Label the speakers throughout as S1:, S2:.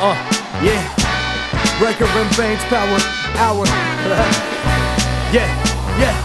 S1: Uh, yeah. Breaker and Bane's power hour. yeah, yeah.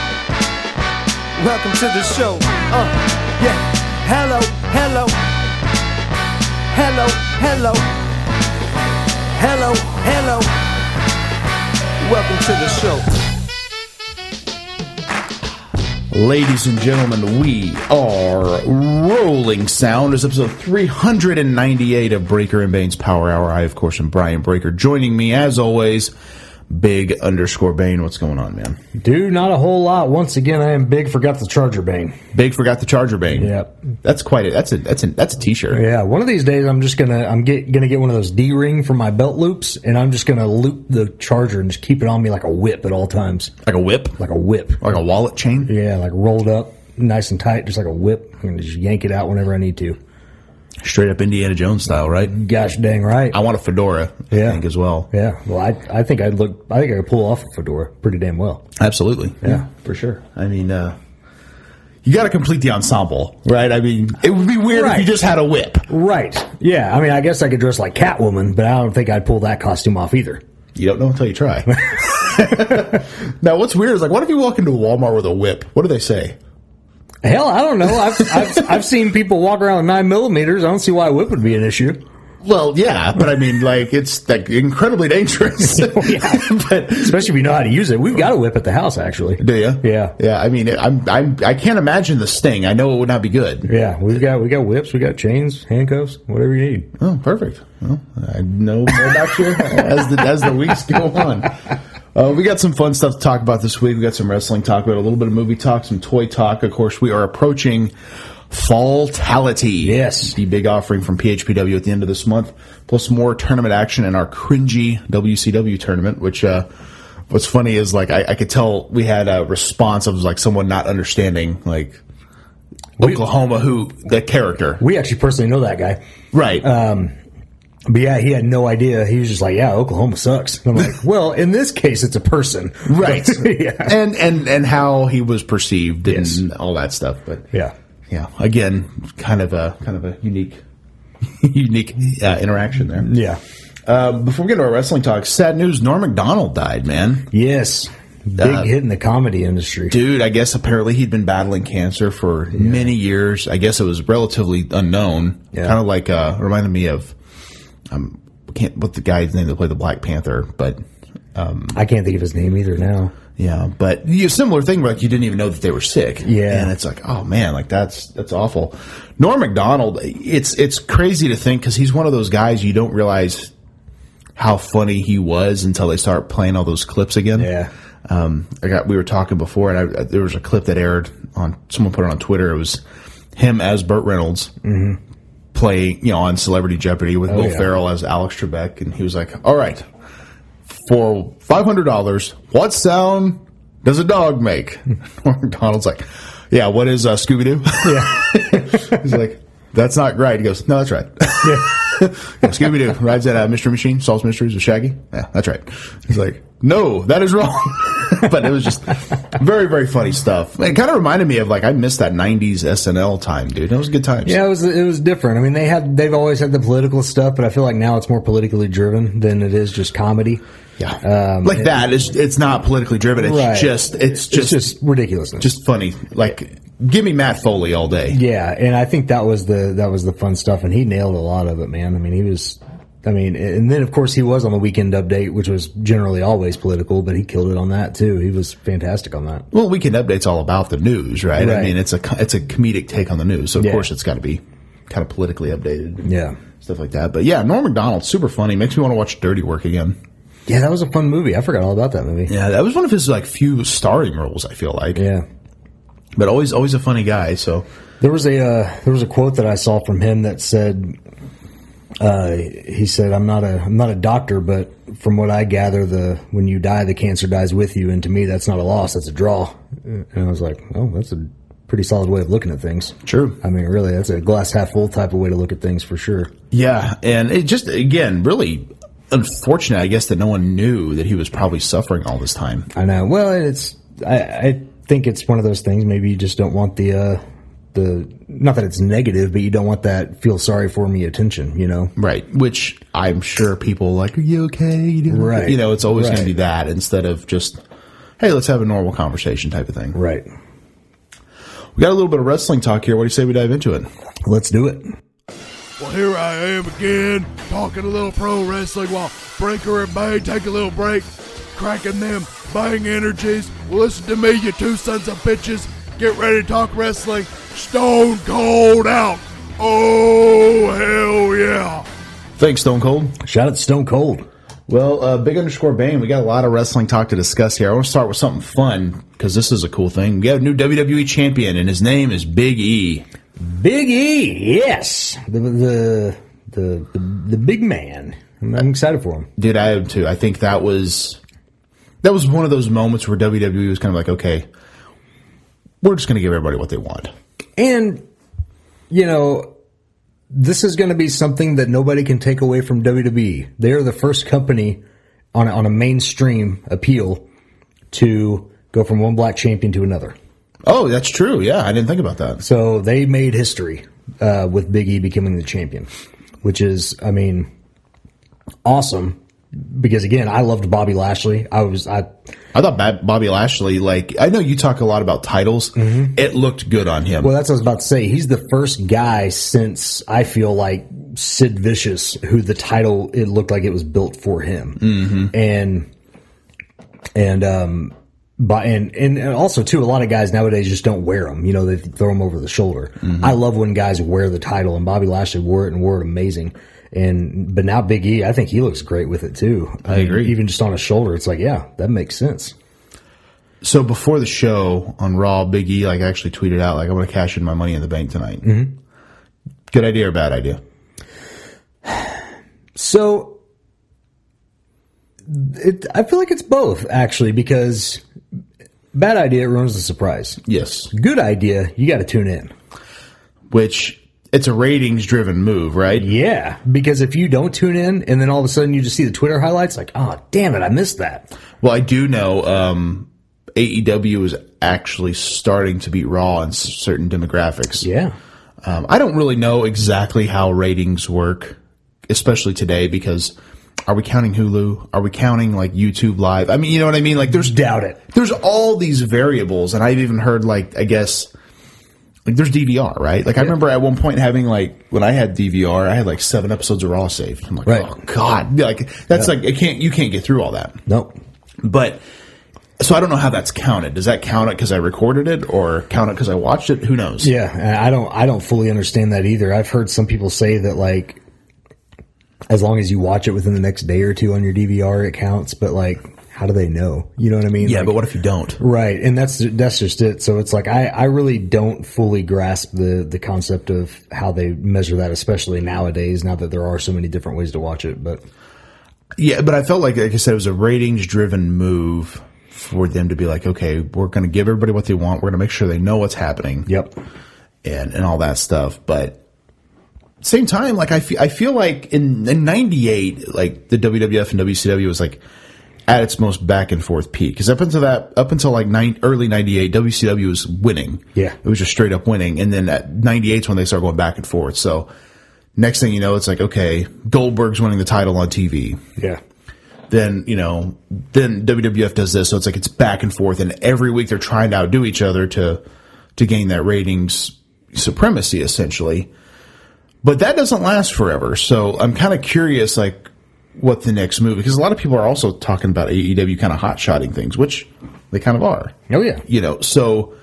S1: Welcome to the show. Uh, yeah. Hello, hello. Hello, hello. Hello, hello. Welcome to the show.
S2: Ladies and gentlemen, we are rolling sound. It's episode 398 of Breaker and Bane's Power Hour. I, of course, am Brian Breaker. Joining me, as always, Big underscore Bane. What's going on, man?
S3: Dude, not a whole lot. Once again, I am big. Forgot the charger bane.
S2: Big forgot the charger Bane.
S3: Yep.
S2: that's quite a that's a that's a that's a t-shirt.
S3: Yeah, one of these days I'm just gonna I'm get gonna get one of those D ring for my belt loops, and I'm just gonna loop the charger and just keep it on me like a whip at all times,
S2: Like a whip,
S3: like a whip.
S2: like a wallet chain.
S3: Yeah, like rolled up, nice and tight, just like a whip. I'm gonna just yank it out whenever I need to.
S2: Straight up Indiana Jones style, right?
S3: Gosh dang right.
S2: I want a fedora. I
S3: Mm-hmm. Yeah.
S2: think as well.
S3: yeah, well, I, I think I'd look. I think I could pull off a fedora pretty damn well.
S2: Absolutely. Yeah, for sure. I mean, uh, you got to complete the ensemble, right? I mean, it would be weird if
S3: Right.
S2: you just had a whip.
S3: Right. Yeah. I mean, I guess I could dress like Catwoman, but I don't think I'd pull that costume off either.
S2: You don't know until you try. now, what's weird is like, what if you walk into Walmart with a whip? What do they say?
S3: Hell, I don't know. I've, I've, I've seen people walk around with nine millimeters. I don't see why a whip would be an issue.
S2: Well, yeah, but I mean, like, it's like incredibly dangerous. but
S3: Especially if you know how to use it. We've got a whip at the house, actually.
S2: do you?
S3: Yeah.
S2: yeah. I mean, I'm, I'm, I can't imagine the sting. I know it would not be good.
S3: Yeah, we've got we got whips, we got chains, handcuffs, whatever you need.
S2: Oh, perfect. Well, I know more about you as the as the weeks go on. Uh, we got some fun stuff to talk about this week. We got some wrestling talk, we got a little bit of movie talk, some toy talk. Of course, we are approaching Falltality.
S3: Yes.
S2: the big offering from PHPW at the end of this month, plus more tournament action in our cringy WCW tournament. Which, uh, what's funny is like I, I could tell we had a response of like someone not understanding like Oklahoma who the character,
S3: We uh, actually personally know that guy.
S2: right?
S3: But yeah, he had no idea. He was just like, Yeah, Oklahoma sucks. And I'm like, Well, in this case it's a person.
S2: right
S3: yeah.
S2: and and and how he was perceived and
S3: Yes.
S2: all that stuff but
S3: Yeah.
S2: yeah again kind of a kind of a unique unique uh, interaction there
S3: Yeah.
S2: um, before we get to our wrestling talk sad news norm mcdonald died man
S3: Yes. Big
S2: Uh,
S3: hit in the comedy industry.
S2: dude i guess apparently he'd been battling cancer for many years i guess it was relatively unknown
S3: Yeah.
S2: kind of like uh reminded me of um can't what the guy's name that played the black panther but
S3: I can't think of his name either now.
S2: Yeah, but you similar thing where like you didn't even know that they were sick.
S3: Yeah.
S2: and it's like, oh man, like that's that's awful. Norm Macdonald, it's it's crazy to think because he's one of those guys you don't realize how funny he was until they start playing all those clips again.
S3: Yeah.
S2: um, I got we were talking before, and I, there was a clip that aired on someone put it on Twitter. It was him as Burt Reynolds. Playing, you know, on Celebrity Jeopardy with Will
S3: yeah.
S2: Ferrell as Alex Trebek, and he was like, "All right, for five hundred dollars, what sound does a dog make? Donald's like, yeah, what is uh, Scooby Doo? He's like, that's not right. He goes, no, that's right. Scooby Doo rides at uh, Mystery Machine, solves mysteries with Shaggy. Yeah, that's right. He's like, no, that is wrong. but it was just very, very funny stuff. It kind of reminded me of like I missed that '90s SNL time, dude. That was good times.
S3: Yeah, it was it was different. I mean, they had they've always had the political stuff, but I feel like now it's more politically driven than it is just comedy.
S2: Yeah, like that. It's it's not politically driven. It's
S3: Um, Right.
S2: just it's
S3: It's
S2: just
S3: just ridiculousness.
S2: just funny. Like, give me Matt Foley all day.
S3: Yeah, and I think that was the that was the fun stuff, and he nailed a lot of it, man. I mean, he was, I mean, and then of course he was on the weekend update, which was generally always political, but he killed it on that too. He was fantastic on that.
S2: Well, Weekend Update's all about the news, right? I
S3: Right.
S2: mean, it's a co- it's a comedic take on the news, so of
S3: Yeah.
S2: course it's got to be kind of politically updated, and
S3: Yeah,
S2: stuff like that. But yeah, Norm Macdonald, super funny. Makes me want to watch Dirty Work again.
S3: yeah, that was a fun movie. I forgot all about that movie.
S2: Yeah, that was one of his like few starring roles. I feel like,
S3: Yeah.
S2: but always always a funny guy. So
S3: There was a uh, there was a quote that I saw from him that said, uh, he said, "I'm not a I'm not a doctor, but from what I gather, the when you die, the cancer dies with you, and to me, that's not a loss, that's a draw." And I was like, "Oh, that's a pretty solid way of looking at things."
S2: True.
S3: I mean, really, that's a glass half full type of way to look at things for sure.
S2: Yeah, and it just again really unfortunate, I guess, that no one knew that he was probably suffering all this time.
S3: I know. Well, it's I, I think it's one of those things. Maybe you just don't want the uh, the not that it's negative, but you don't want that feel sorry for me attention. You know.
S2: Right, which I'm sure people like, are you okay? You doing
S3: Right.
S2: okay?" You know, it's always going
S3: Right.
S2: to be that instead of just, hey, let's have a normal conversation type of thing.
S3: Right.
S2: We got a little bit of wrestling talk here. What do you say we dive into it?
S3: Let's do it.
S4: Well, here I am again, talking a little pro wrestling while Breaker and Bay take a little break, cracking them bang energies. Well, listen to me, you two sons of bitches. Get ready to talk wrestling. Stone Cold out. Oh, hell yeah.
S2: Thanks, Stone Cold.
S3: Shout out Stone Cold.
S2: Well, uh, big underscore Bane, we got a lot of wrestling talk to discuss here. I want to start with something fun because this is a cool thing. We have a new WWE champion, and his name is Big E.
S3: Big E, yes, the the the the, the big man. I'm, I'm excited for him.
S2: Dude, I am too. I think that was that was one of those moments where WWE was kind of like, okay, we're just going to give everybody what they want.
S3: And you know, this is going to be something that nobody can take away from WWE. They are the first company on a- on a mainstream appeal to go from one black champion to another.
S2: Oh, that's true. Yeah, I didn't think about that.
S3: So they made history uh, with Big E becoming the champion, which is, I mean, awesome. Because again, I loved Bobby Lashley. I was, I
S2: I thought Bob- Bobby Lashley, like, I know you talk a lot about titles. It looked good on him.
S3: Mm-hmm. well, that's what I was about to say. He's the first guy since I feel like Sid Vicious, who the title it looked like it was built for him, mm-hmm. and and um, by and, and and also too, a lot of guys nowadays just don't wear them. You know, they throw them over the shoulder. I love when guys wear the title, and Bobby Lashley wore it and wore it amazing. And but now Big E, I think he looks great with it too. I,
S2: agree.
S3: Even just on his shoulder, it's like, yeah, that makes sense.
S2: so before the show on Raw, Big E, like, actually tweeted out, like, I'm going to cash in my money in the bank tonight.
S3: Mm-hmm.
S2: Good idea or bad idea?
S3: So it, I feel like it's both actually because bad idea ruins the surprise.
S2: Yes.
S3: Good idea, you got to tune in.
S2: Which, it's a ratings driven move, right?
S3: Yeah, because if you don't tune in and then all of a sudden you just see the Twitter highlights like, "Oh, damn it, I missed that."
S2: Well, I do know um, AEW is actually starting to beat Raw in s- certain demographics.
S3: Yeah.
S2: Um, I don't really know exactly how ratings work, especially today, because are we counting Hulu? Are we counting like YouTube Live? I mean, you know what I mean? Like, there's
S3: Doubt it.
S2: there's all these variables, and I've even heard like I guess like there's DVR, right? Like I remember at one point having like when I had DVR, I had like seven episodes of Raw saved. I'm like,
S3: Right.
S2: oh god, like that's like I can't you can't get through all that.
S3: Nope.
S2: But so I don't know how that's counted. Does that count it because I recorded it, or count it because I watched it? Who knows?
S3: Yeah, and I don't I don't fully understand that either. I've heard some people say that like as long as you watch it within the next day or two on your DVR it counts, but like how do they know? You know what I mean?
S2: Yeah,
S3: Like-
S2: but what if you don't?
S3: Right, and that's that's just it. So it's like I, I really don't fully grasp the the concept of how they measure that, especially nowadays. Now that there are so many different ways to watch it, but
S2: Yeah, but I felt like, like I said, it was a ratings driven move for them to be like, okay, we're going to give everybody what they want. We're going to make sure they know what's happening
S3: yep,
S2: and, and all that stuff. But same time, like I fe- I feel like in, in 98, like the WWF and WCW was like at its most back and forth peak. Cause up until that, up until like nine, early 98, WCW was winning.
S3: Yeah.
S2: It was just straight up winning. And then at 98 's when they start going back and forth. So next thing you know, it's like, okay, Goldberg's winning the title on TV
S3: yeah,
S2: Then you know, then WWF does this, so it's like it's back and forth, and every week they're trying to outdo each other to to gain that ratings supremacy, essentially. But that doesn't last forever, so I'm kind of curious, like what the next move because a lot of people are also talking about E AEW kind of hot shotting things, which they kind of are
S3: Oh yeah.
S2: you know so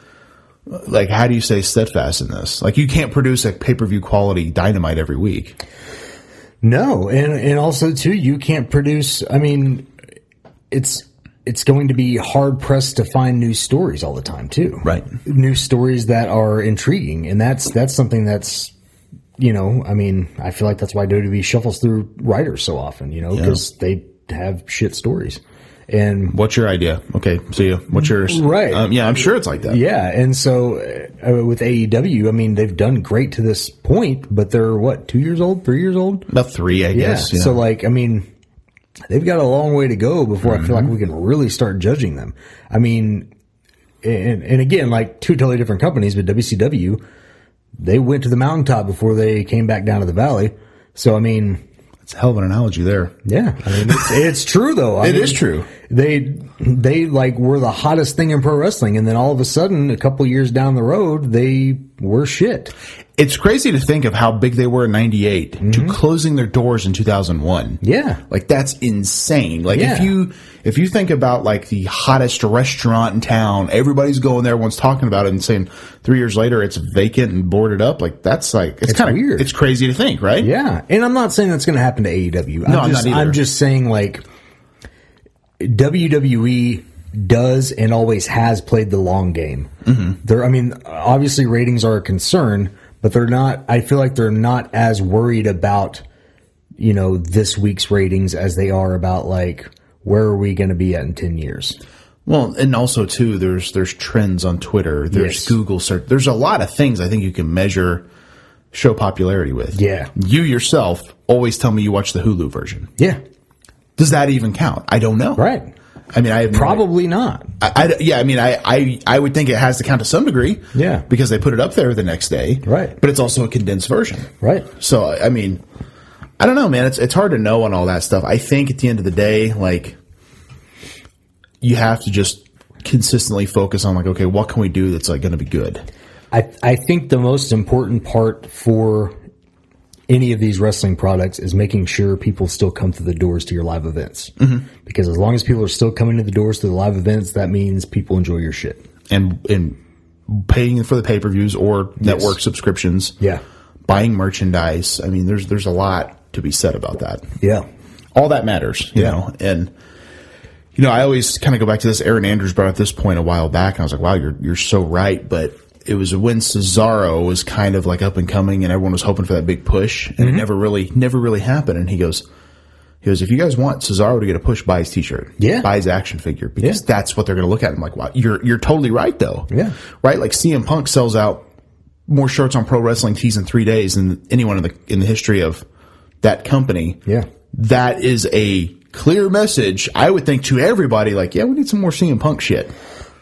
S2: like how do you stay steadfast in this like you can't produce a pay-per-view quality dynamite every week
S3: No, and and also too, you can't produce. I mean, it's it's going to be hard pressed to find new stories all the time too.
S2: Right.
S3: New stories that are intriguing, and that's that's something that's you know, I mean, I feel like that's why WWE shuffles through writers so often, you know, because they have shit stories. And
S2: what's your idea okay see you what's yours
S3: Right.
S2: um, yeah i'm sure it's like that
S3: Yeah, and so uh, with AEW, I mean, they've done great to this point, but they're what two years old, three years old?
S2: about three i
S3: Yeah.
S2: guess yeah.
S3: So like, I mean, they've got a long way to go before I feel like we can really start judging them. I mean, and and again, like two totally different companies, but WCW, they went to the mountaintop before they came back down to the valley. So I mean,
S2: it's a hell of an analogy there
S3: yeah, I mean, it's, it's true though. It is
S2: It is true.
S3: They they like were the hottest thing in pro wrestling, and then all of a sudden, a couple years down the road, they were shit.
S2: it's crazy to think of how big they were in 98 to
S3: Mm-hmm.
S2: closing their doors in 2001
S3: Yeah,
S2: Like that's insane. Like if
S3: Yeah.
S2: you if you think about like the hottest restaurant in town, everybody's going there, everyone's talking about it, and saying three years later it's vacant and boarded up. Like that's like it's, kind of
S3: weird.
S2: It's crazy to think, right?
S3: yeah. And I'm not saying that's going to happen to AEW.
S2: No, I'm
S3: I'm just,
S2: not either.
S3: I'm just saying like WWE does and always has played the long game. Mm-hmm. They're, I mean, obviously ratings are a concern, but they're not. I feel like they're not as worried about you know this week's ratings as they are about like where are we going to be at in 10 years
S2: Well, and also too, there's there's trends on Twitter, there's
S3: Yes.
S2: Google search, there's a lot of things I think you can measure show popularity with.
S3: Yeah.
S2: You yourself always tell me you watch the Hulu version.
S3: yeah
S2: Does that even count? I don't know.
S3: right
S2: I mean, I have no idea.
S3: probably not
S2: I, I- yeah, I mean, I, I I would think it has to count to some degree.
S3: Yeah.
S2: because they put it up there the next day,
S3: Right.
S2: But it's also a condensed version,
S3: right
S2: So I I mean, I don't know, man. It's it's hard to know on all that stuff. I think at the end of the day, like, you have to just consistently focus on like, okay, what can we do that's like going to be good?
S3: I, I think the most important part for any of these wrestling products is making sure people still come through the doors to your live events because as long as people are still coming to the doors to the live events that means people enjoy your shit
S2: and and paying for the pay per views or network subscriptions.
S3: Yeah.
S2: buying merchandise. I mean, there's there's a lot to be said about that.
S3: yeah
S2: all that matters, you know. And you know, I always kind of go back to this. Aaron Andrews brought up this point a while back, and I was like, "Wow, you're you're so right." But it was when Cesaro was kind of like up and coming, and everyone was hoping for that big push, and it
S3: Mm-hmm.
S2: never really never really happened. And he goes. He goes, if you guys want Cesaro to get a push, buy his T-shirt,
S3: Yeah.
S2: buy his action figure, because
S3: Yeah.
S2: that's what they're going to look at. I'm like, wow, you're you're totally right though,
S3: Yeah.
S2: right? Like CM Punk sells out more shirts on pro wrestling tees in three days than anyone in the in the history of that company
S3: yeah
S2: that is a clear message, I would think, to everybody. Like, yeah, we need some more CM Punk shit.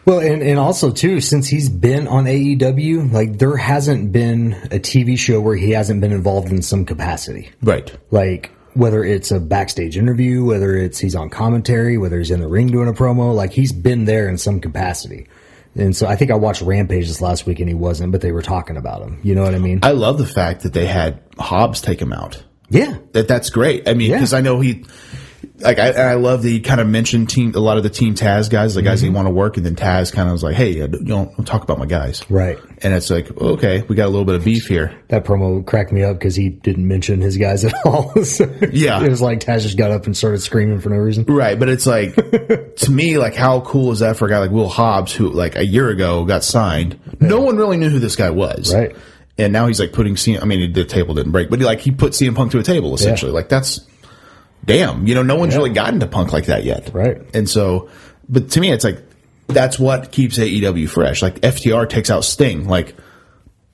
S3: well and, and also too since he's been on aew like there hasn't been a tv show where he hasn't been involved in some capacity
S2: Right.
S3: like whether it's a backstage interview, whether it's he's on commentary, whether he's in the ring doing a promo, like he's been there in some capacity. And so I think I watched Rampage this last week and he wasn't, but they were talking about him. You know what I mean?
S2: I love the fact that they had Hobbs take him out.
S3: yeah.
S2: That that's great. I mean,
S3: Yeah.
S2: because I know he, like, I, and I love that he kind of mentioned team a lot of the team Taz guys, the
S3: Mm-hmm.
S2: guys that want to work, and then Taz kind of was like, hey, uh, don't, don't talk about my guys,
S3: Right.
S2: And it's like, okay, we got a little bit of beef here.
S3: That promo cracked me up because he didn't mention his guys at all. So
S2: Yeah.
S3: It was like Taz just got up and started screaming for no reason.
S2: Right, but it's like to me, like how cool is that for a guy like Will Hobbs, who like a year ago got signed? No one really knew who this guy was,
S3: Right.
S2: And now he's like putting CM. I mean, the table didn't break, but he, like he put CM Punk to a table essentially. Like that's damn. You know, no one's really gotten to Punk like that yet,
S3: Right.
S2: And so, but to me, it's like that's what keeps AEW fresh. Like FTR takes out Sting, like.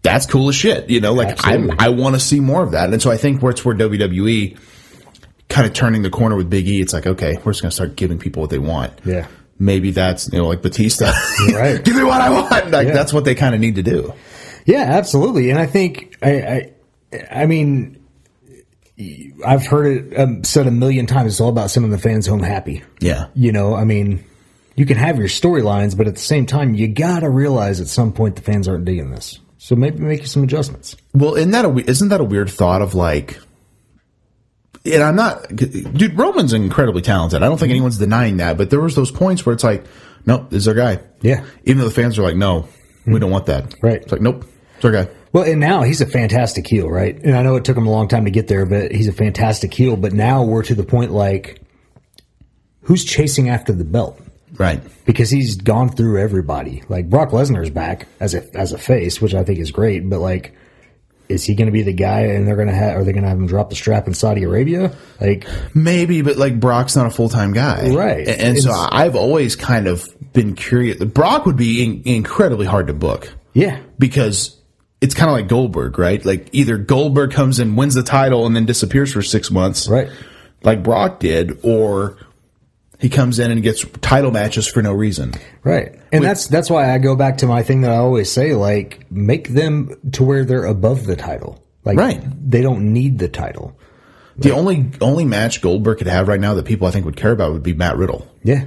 S2: That's cool as shit, you know. Like I'm,
S3: Absolutely.
S2: I want to see more of that, and so I think where it's where WWE kind of turning the corner with Big E, it's like, okay, we're just going to start giving people what they want.
S3: Yeah.
S2: Maybe that's, you know, like Batista.
S3: Right.
S2: Give me what I want. Like,
S3: Yeah.
S2: that's what they kind of need to do.
S3: Yeah, absolutely. And I think I, I, I mean, I've heard it um, said a million times. It's all about sending the fans home happy.
S2: Yeah.
S3: You know, I mean, you can have your storylines, but at the same time, you gotta realize at some point the fans aren't digging this. So maybe make some adjustments.
S2: Well, isn't that a we- isn't that a weird thought of like? And I'm not, dude. Roman's incredibly talented. I don't
S3: Mm-hmm.
S2: think anyone's denying that. But there was those points where it's like, nope, this is our guy.
S3: Yeah.
S2: Even though the fans are like, no, we don't want that.
S3: Mm-hmm. Right.
S2: It's like, nope, it's our guy.
S3: Well, and now he's a fantastic heel, right? And I know it took him a long time to get there, but he's a fantastic heel. But now we're to the point like, who's chasing after the belt?
S2: Right.
S3: Because he's gone through everybody. Like Brock Lesnar's back as a as a face, which I think is great. But like, is he going to be the guy? And they're going to have are they going to have him drop the strap in Saudi Arabia? Like,
S2: Maybe, but like Brock's not a full time guy,
S3: Right.
S2: And, and so
S3: It's-
S2: I've always kind of been curious. Brock would be in, incredibly hard to book.
S3: yeah,
S2: because it's kind of like Goldberg, right? Like either Goldberg comes in, wins the title, and then disappears for six months,
S3: right.
S2: Like Brock did, or he comes in and gets title matches for no reason.
S3: Right. And that's that's why I go back to my thing that I always say like make them to where they're above the title. Like
S2: Right.
S3: they don't need the title.
S2: The only only match Goldberg could have right now that people I think would care about would be Matt Riddle,
S3: Yeah.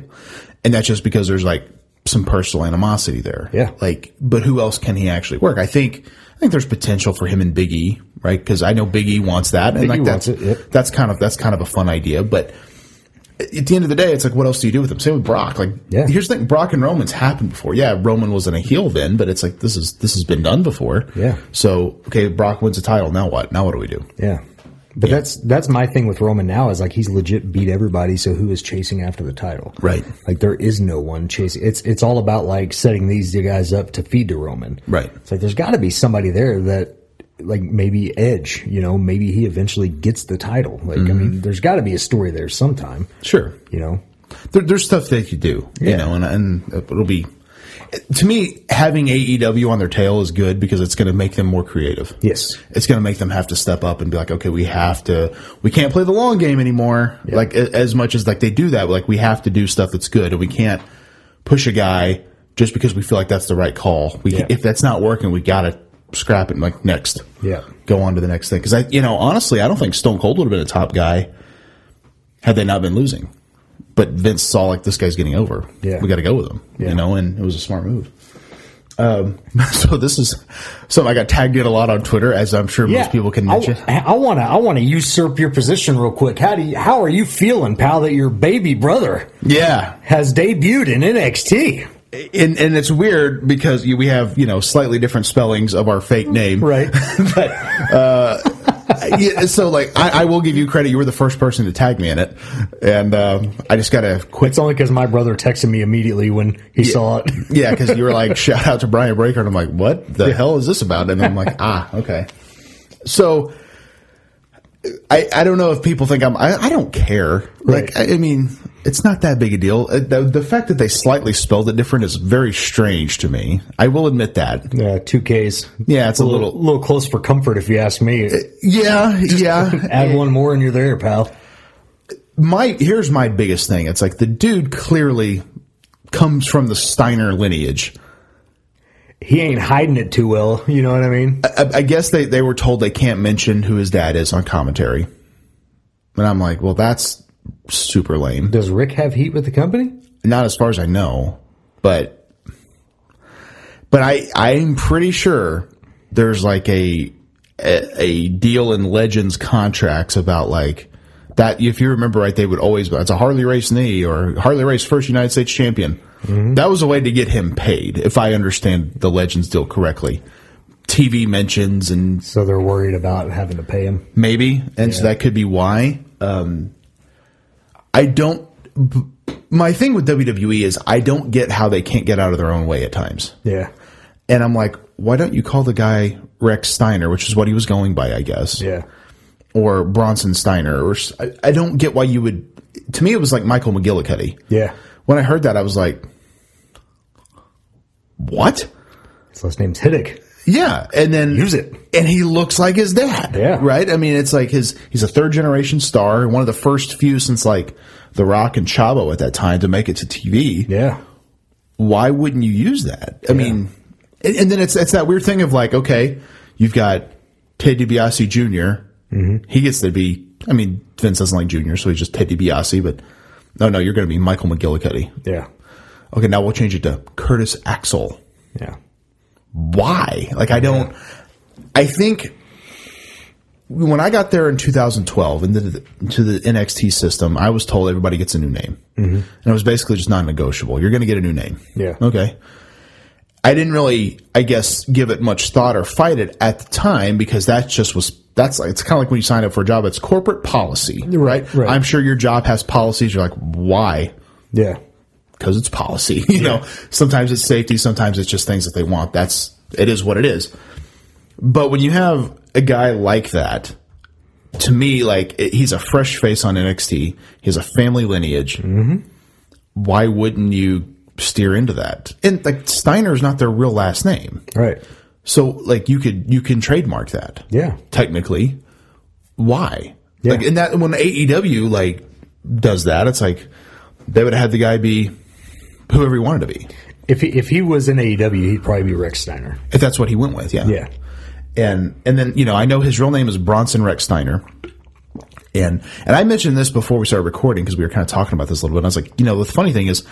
S2: and that's just because there's like some personal animosity there.
S3: Yeah.
S2: Like, but who else can he actually work? I think I think there's potential for him and Big E, right? Because I know Big E wants that, and
S3: Big
S2: like
S3: E
S2: that's
S3: wants it, yep.
S2: that's kind of that's kind of a fun idea, but. at the end of the day, it's like, what else do you do with him? Same with Brock. Like,
S3: Yeah.
S2: here's the thing: Brock and Roman's happened before. Yeah, Roman wasn't a heel then, but it's like this is this has been done before.
S3: Yeah.
S2: So okay, Brock wins a title. Now what? Now what do we do?
S3: Yeah. But that's that's my thing with Roman now is like he's legit beat everybody, so who is chasing after the title?
S2: Right.
S3: Like there is no one chasing it's it's all about like setting these guys up to feed to Roman.
S2: Right.
S3: It's like there's gotta be somebody there that like maybe Edge, you know, maybe he eventually gets the title. Like I mean, there's gotta be a story there sometime.
S2: Sure.
S3: You know?
S2: There, there's stuff they could do, you
S3: Yeah.
S2: know, and and it'll be. To me, having AEW on their tail is good because it's going to make them more creative.
S3: Yes.
S2: it's going to make them have to step up and be like, okay, we have to, we can't play the long game anymore. Like a- as much as like they do that, like we have to do stuff that's good, and we can't push a guy just because we feel like that's the right call. We
S3: Yeah.
S2: if that's not working, we got to scrap it. And like next,
S3: Yeah.
S2: go on to the next thing. Because I, you know, honestly, I don't think Stone Cold would have been a top guy had they not been losing. But Vince saw like this guy's getting over.
S3: Yeah.
S2: we got to go with him.
S3: Yeah.
S2: You know, and it was a smart move. Um, so this is so I got tagged in a lot on Twitter, as I'm sure most people can mention.
S3: I, I wanna I wanna usurp your position real quick. How do you, how are you feeling, pal, that your baby brother
S2: yeah,
S3: has debuted in NXT?
S2: and and it's weird because you, we have you know slightly different spellings of our fake name,
S3: Right.
S2: but uh, yeah, so like I, I will give you credit. You were the first person to tag me in it, and um, I just got to quit.
S3: It's only because my brother texted me immediately when he saw it.
S2: Yeah, because you were like, shout out to Brian Breaker. And I'm like, what the hell is this about? And I'm like, ah, okay. So I, I don't know if people think I'm, I, I don't care. Like,
S3: Right.
S2: I, I mean, it's not that big a deal. Uh, The, the fact that they slightly spelled it different is very strange to me. I will admit that.
S3: Yeah, two Ks.
S2: Yeah, it's a
S3: little,
S2: little.
S3: little close for comfort, if you ask me.
S2: Yeah, yeah.
S3: Add one more and you're there, pal.
S2: my here's my biggest thing. It's like the dude clearly comes from the Steiner lineage.
S3: He ain't hiding it too well. You know what I mean?
S2: I, I guess they, they were told they can't mention who his dad is on commentary. And I'm like, well, that's super lame.
S3: Does Rick have heat with the company?
S2: Not as far as I know, but but I I'm pretty sure there's like a a, a deal in Legends contracts about like that. If you remember right, they would always it's a Harley race knee or Harley race first United States champion. That was a way to get him paid, if I understand the Legends deal correctly. TV mentions and
S3: So they're worried about having to pay him.
S2: maybe, and so that could be why. Um, I don't. b- My thing with WWE is I don't get how they can't get out of their own way at times,
S3: Yeah.
S2: and I'm like, why don't you call the guy Rex Steiner, which is what he was going by, I guess,
S3: Yeah.
S2: or Bronson Steiner, or s- I, I don't get why you would. To me, it was like Michael McGillicuddy.
S3: Yeah.
S2: When I heard that, I was like, what?
S3: His last name's Hiddick.
S2: Yeah, and then
S3: Use it.
S2: and he looks like his dad.
S3: Yeah.
S2: right. I mean, it's like his he's a third generation star, one of the first few since like The Rock and Chavo at that time to make it to TV.
S3: Yeah.
S2: Why wouldn't you use that? I mean, and, and then it's it's that weird thing of like, okay, you've got Ted DiBiase Jr.
S3: Mm-hmm.
S2: He gets to be. I mean, Vince doesn't like Junior, so he's just Ted DiBiase. But no, no, you're going to be Michael McGillicuddy.
S3: Yeah.
S2: Okay, now we'll change it to Curtis Axel.
S3: Yeah.
S2: why? Like, I don't. I think when I got there in 2012 into the, to the NXT system, I was told everybody gets a new name, and it was basically just non-negotiable. You're going to get a new name.
S3: Mm-hmm. Yeah.
S2: Okay. I didn't really, I guess, give it much thought or fight it at the time because that just was. That's it's kind of like when you sign up for a job. It's corporate policy, right?
S3: right.
S2: I'm sure your job has policies. You're like, why?
S3: Yeah.
S2: because it's policy. You know, sometimes it's safety, sometimes it's just things that they want. That's it is what it is. But when you have a guy like that, to me, like it, he's a fresh face on NXT. He has a family lineage. Why wouldn't you steer into that? And like Steiner is not their real last name,
S3: Right.
S2: so like you could you can trademark that
S3: Yeah.
S2: technically. Why?
S3: Yeah.
S2: Like, and that when AEW like does that, it's like they would have had the guy be whoever he wanted to be.
S3: If he, if he was in AEW, he'd probably be Rex Steiner.
S2: If that's what he went with, yeah,
S3: Yeah.
S2: And and then you know I know his real name is Bronson Rex Steiner. And and I mentioned this before we started recording because we were kind of talking about this a little bit. And I was like, you know, the funny thing is,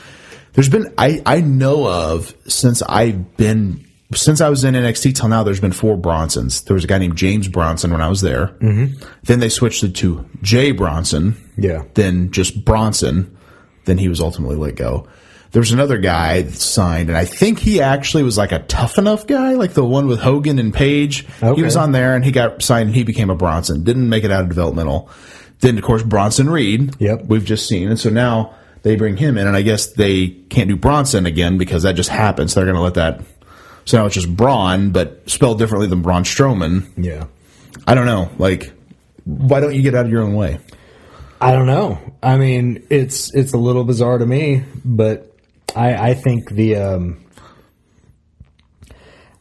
S2: there's been I I know of since I've been since I was in NXT till now. There's been four Bronsons. There was a guy named James Bronson when I was there. Mm-hmm. Then they switched it to Jay Bronson.
S3: Yeah.
S2: Then just Bronson. Then he was ultimately let go. There's another guy that signed, and I think he actually was like a tough enough guy, like the one with Hogan and Page.
S3: Okay.
S2: He was on there, and he got signed, and he became a Bronson. Didn't make it out of developmental. Then, of course, Bronson Reed.
S3: Yep.
S2: We've just seen, and so now they bring him in, and I guess they can't do Bronson again because that just happened. So they're going to let that. So now it's just Braun, but spelled differently than Braun Strowman.
S3: Yeah.
S2: I don't know. Like, why don't you get out of your own way?
S3: I don't know. I mean, it's it's a little bizarre to me, but I, I think the um,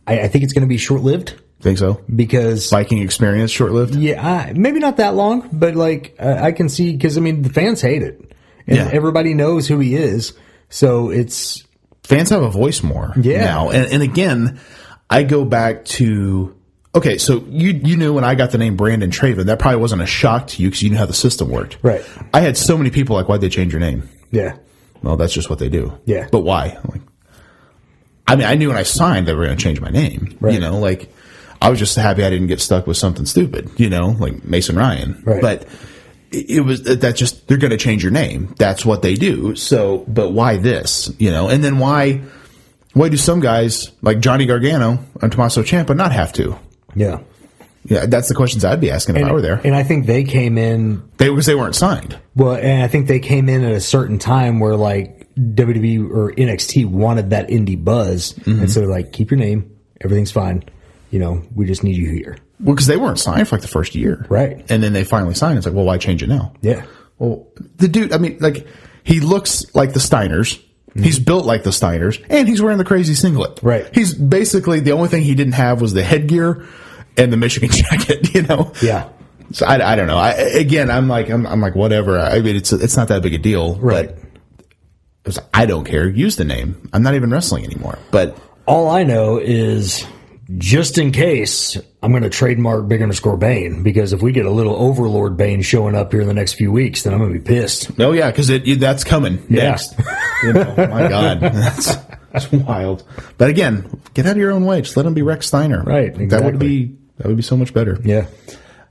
S3: I, I think it's going to be short lived
S2: Think so?
S3: because
S2: Viking experience, short lived.
S3: yeah, I, maybe not that long, but like uh, I can see because I mean the fans hate it, and
S2: Yeah.
S3: everybody knows who he is, so it's
S2: fans have a voice more
S3: Yeah.
S2: now. And, and again, I go back to okay. So you you knew when I got the name Brandon Traven, that probably wasn't a shock to you because you knew how the system worked.
S3: Right.
S2: I had so many people like, why'd they change your name?
S3: yeah,
S2: Well, that's just what they do.
S3: Yeah.
S2: But why? Like, I mean, I knew when I signed they were going to change my name.
S3: Right.
S2: You know, like I was just happy I didn't get stuck with something stupid. You know, like Mason Ryan.
S3: Right.
S2: But it it was uh, that just they're going to change your name. That's what they do. So, but why this? You know, and then why? Why do some guys like Johnny Gargano and Tommaso Ciampa not have to?
S3: yeah.
S2: Yeah, that's the questions I'd be asking if I were there.
S3: and I think they came in
S2: They because they weren't signed.
S3: Well, and I think they came in at a certain time where like WWE or NXT wanted that indie buzz, and so they're like, keep your name, everything's fine. You know, we just need you here.
S2: Well, because they weren't signed for like the first year,
S3: Right.
S2: And then they finally signed. It's like, well, why change it now?
S3: Yeah,
S2: Well, the dude, I mean, like, he looks like the Steiners. He's built like the Steiners, and he's wearing the crazy singlet.
S3: Mm-hmm. Right.
S2: He's basically the only thing he didn't have was the headgear and the Michigan jacket. You know.
S3: yeah,
S2: So I, I don't know. I, again, I'm like, I'm, I'm like, whatever. I mean, it's it's not that big a deal,
S3: right.
S2: But it was, I don't care. Use the name. I'm not even wrestling anymore. But
S3: All I know is just in case I'm going to trademark big underscore Bane because if we get a little Overlord Bane showing up here in the next few weeks, then I'm going to be pissed.
S2: oh yeah, because it, it- that's coming
S3: Yeah.
S2: next. you know, my God, that's, that's wild. But again, get out of your own way. Just let him be Rex Steiner.
S3: Right,
S2: That would
S3: exactly.
S2: be that would be so much better. Um,
S3: Yeah,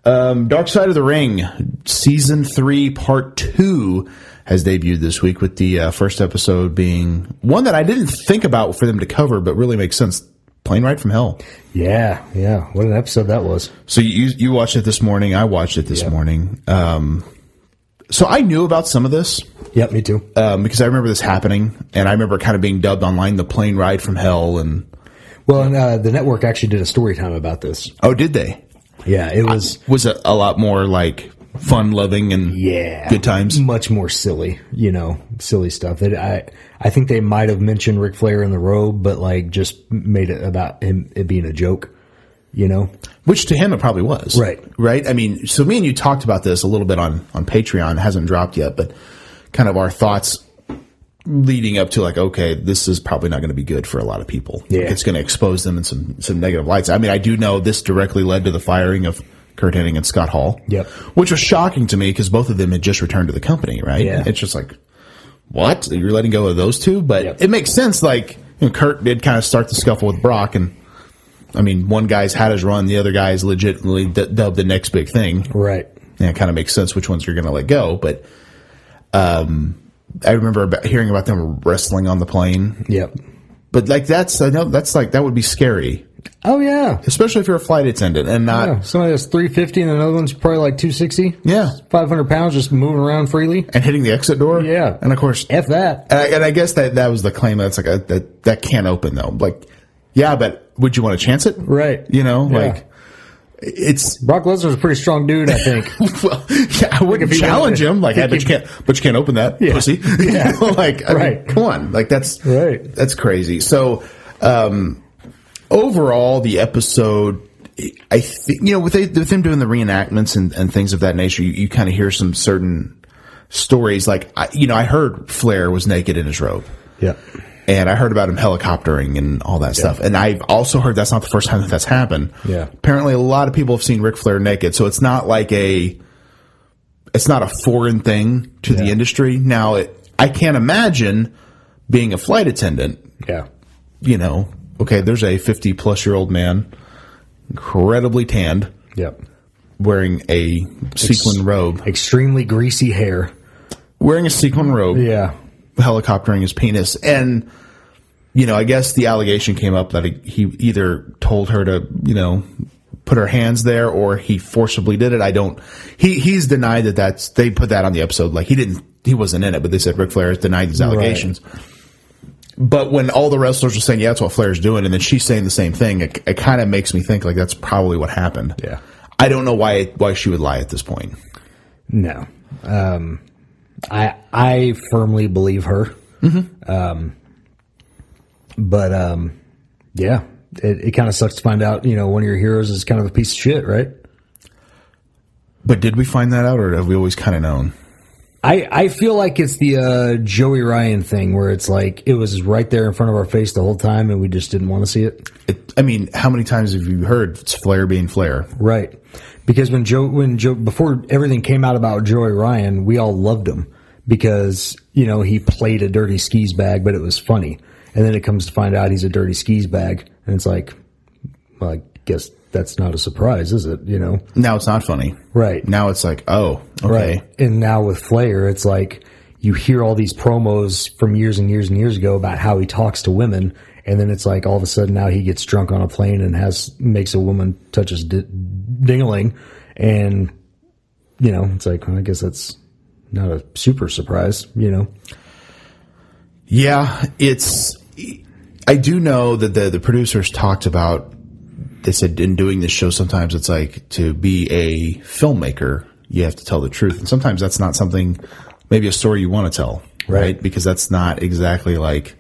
S2: Dark Side of the Ring, season three, part two, has debuted this week with the uh, first episode being one that I didn't think about for them to cover, but really makes sense. Plane ride from hell.
S3: yeah, yeah. What an episode that was.
S2: So you you watched it this morning. I watched it this morning. Um, so I knew about some of this
S3: Yep, me too.
S2: um, because I remember this happening, and I remember it kind of being dubbed online the plane ride from hell. And
S3: Well, and uh, the network actually did a story time about this.
S2: oh, did they?
S3: Yeah, it was.
S2: Was it a lot more like fun loving and
S3: yeah
S2: good times?
S3: much more silly you know silly stuff that i i think they might have mentioned Ric flair in the robe but like just made it about him it being a joke you know
S2: which to him it probably was
S3: Right.
S2: right i mean so me and you talked about this a little bit on on patreon it hasn't dropped yet but kind of our thoughts leading up to like okay this is probably not going to be good for a lot of people
S3: Yeah.
S2: it's going to expose them in some some negative lights i mean i do know this directly led to the firing of Kurt Hennig and Scott Hall.
S3: Yep.
S2: Which was shocking to me because both of them had just returned to the company, right?
S3: Yeah.
S2: It's just like, what? You're letting go of those two? But
S3: Yep.
S2: it makes sense. Like, you know, Kurt did kind of start the scuffle with Brock, and I mean, one guy's had his run, the other guy's legitimately d- dubbed the next big thing.
S3: Right.
S2: Yeah, it kind of makes sense which ones you're going to let go. But um, I remember about hearing about them wrestling on the plane.
S3: Yep.
S2: But like that's I know that's like that would be scary,
S3: Oh yeah.
S2: especially if you're a flight attendant and not.
S3: yeah. Somebody that's 350 and another one's probably like 260.
S2: Yeah.
S3: 500 pounds just moving around freely.
S2: And hitting the exit door,
S3: Yeah.
S2: and of course,
S3: F that.
S2: and I, and I guess that that was the claim. That's like a, that that can't open though. Like, yeah, but would you want to chance it?
S3: Right.
S2: You know,
S3: Yeah.
S2: like it's
S3: Brock Lesnar's a pretty strong dude, I think.
S2: well, yeah, I wouldn't
S3: if he
S2: challenge
S3: wanted to-
S2: him. Like, hey, but you can't, but you can't open that
S3: Yeah.
S2: pussy. You know, like, I mean,
S3: Right.
S2: come on, like that's
S3: Right.
S2: That's crazy. So, um, overall, the episode. I think you know with they, with them doing the reenactments and, and things of that nature, you, you kind of hear some certain stories. Like I, you know, I heard Flair was naked in his robe
S3: yeah.
S2: and I heard about him helicoptering and all that stuff. And I've also heard that's not the first time that that's happened.
S3: Yeah.
S2: Apparently, a lot of people have seen Ric Flair naked, so it's not like a it's not a foreign thing to the
S3: Yeah.
S2: industry. Now, it, I can't imagine being a flight attendant.
S3: Yeah.
S2: You know, okay, there's a 50 plus year old man, incredibly tanned,
S3: Yep.
S2: wearing a sequin robe,
S3: Extremely greasy hair.
S2: wearing a sequin robe.
S3: Yeah.
S2: helicoptering his penis and you know i guess the allegation came up that he either told her to you know put her hands there or he forcibly did it i don't he he's denied that that's they put that on the episode like he didn't he wasn't in it but they said Ric flair has denied these allegations but when all the wrestlers are saying yeah that's what flair's doing and then she's saying the same thing it, it kind of makes me think like that's probably what happened
S3: Yeah.
S2: i don't know why why she would lie at this point
S3: No. Um, I I firmly believe her. Um, but um, yeah, it, it kind of sucks to find out. You know, one of your heroes is kind of a piece of shit, right?
S2: but did we find that out or have we always kind of known
S3: I, I feel like it's the uh, Joey Ryan thing where it's like it was right there in front of our face the whole time and we just didn't want to see it.
S2: It, I mean, how many times have you heard it's Flair being Flair?
S3: Right. Because when Joe, when Joe, before everything came out about Joey Ryan, we all loved him because, you know, he played a dirty skis bag, but it was funny. And then it comes to find out he's a dirty skis bag. And it's like, well, I guess that's not a surprise, is it? You know?
S2: Now it's not funny.
S3: Right.
S2: Now it's like, oh, okay.
S3: Right. And now with Flair, it's like you hear all these promos from years and years and years ago about how he talks to women, and then it's like all of a sudden now he gets drunk on a plane and has makes a woman touch his d- dingling, and you know it's like well, I guess that's not a super surprise, you know?
S2: Yeah, it's. I do know that the the producers talked about. They said in doing this show, sometimes it's like to be a filmmaker, you have to tell the truth, and sometimes that's not something, maybe a story you want to tell, right?
S3: Right.
S2: Because that's not exactly like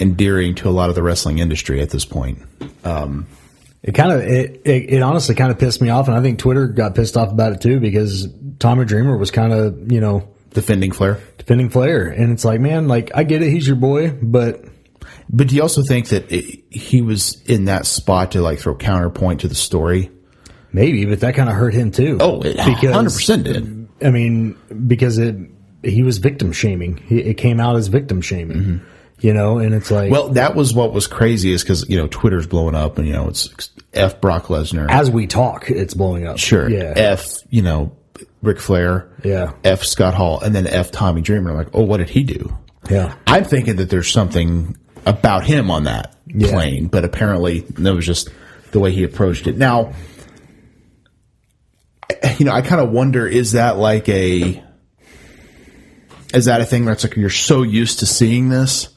S2: endearing to a lot of the wrestling industry at this point.
S3: It kind of it, it it honestly kind of pissed me off, and I think Twitter got pissed off about it too because Tommy Dreamer was kind of you know
S2: Defending Flair.
S3: defending Flair, and it's like man, like I get it, he's your boy, but
S2: But do you also think that it, he was in that spot to like throw counterpoint to the story?
S3: Maybe, but that kind of hurt him too.
S2: Oh, it
S3: Because-
S2: did.
S3: I mean, because it he was victim shaming. He, it came out as victim shaming, you know. And it's like,
S2: Mm-hmm. Well, that was what was crazy is because you know Twitter's blowing up and you know it's f Brock Lesnar,
S3: as we talk, it's blowing up.
S2: sure,
S3: yeah,
S2: f you know Ric Flair,
S3: Yeah.
S2: f Scott Hall, and then f Tommy Dreamer. I'm like, oh, what did he do?
S3: yeah,
S2: I'm thinking that there's something about him on that plane, but apparently that was just the way he approached it. Now, I- you know, I kind of wonder is that like a is that a thing that's like you're so used to seeing this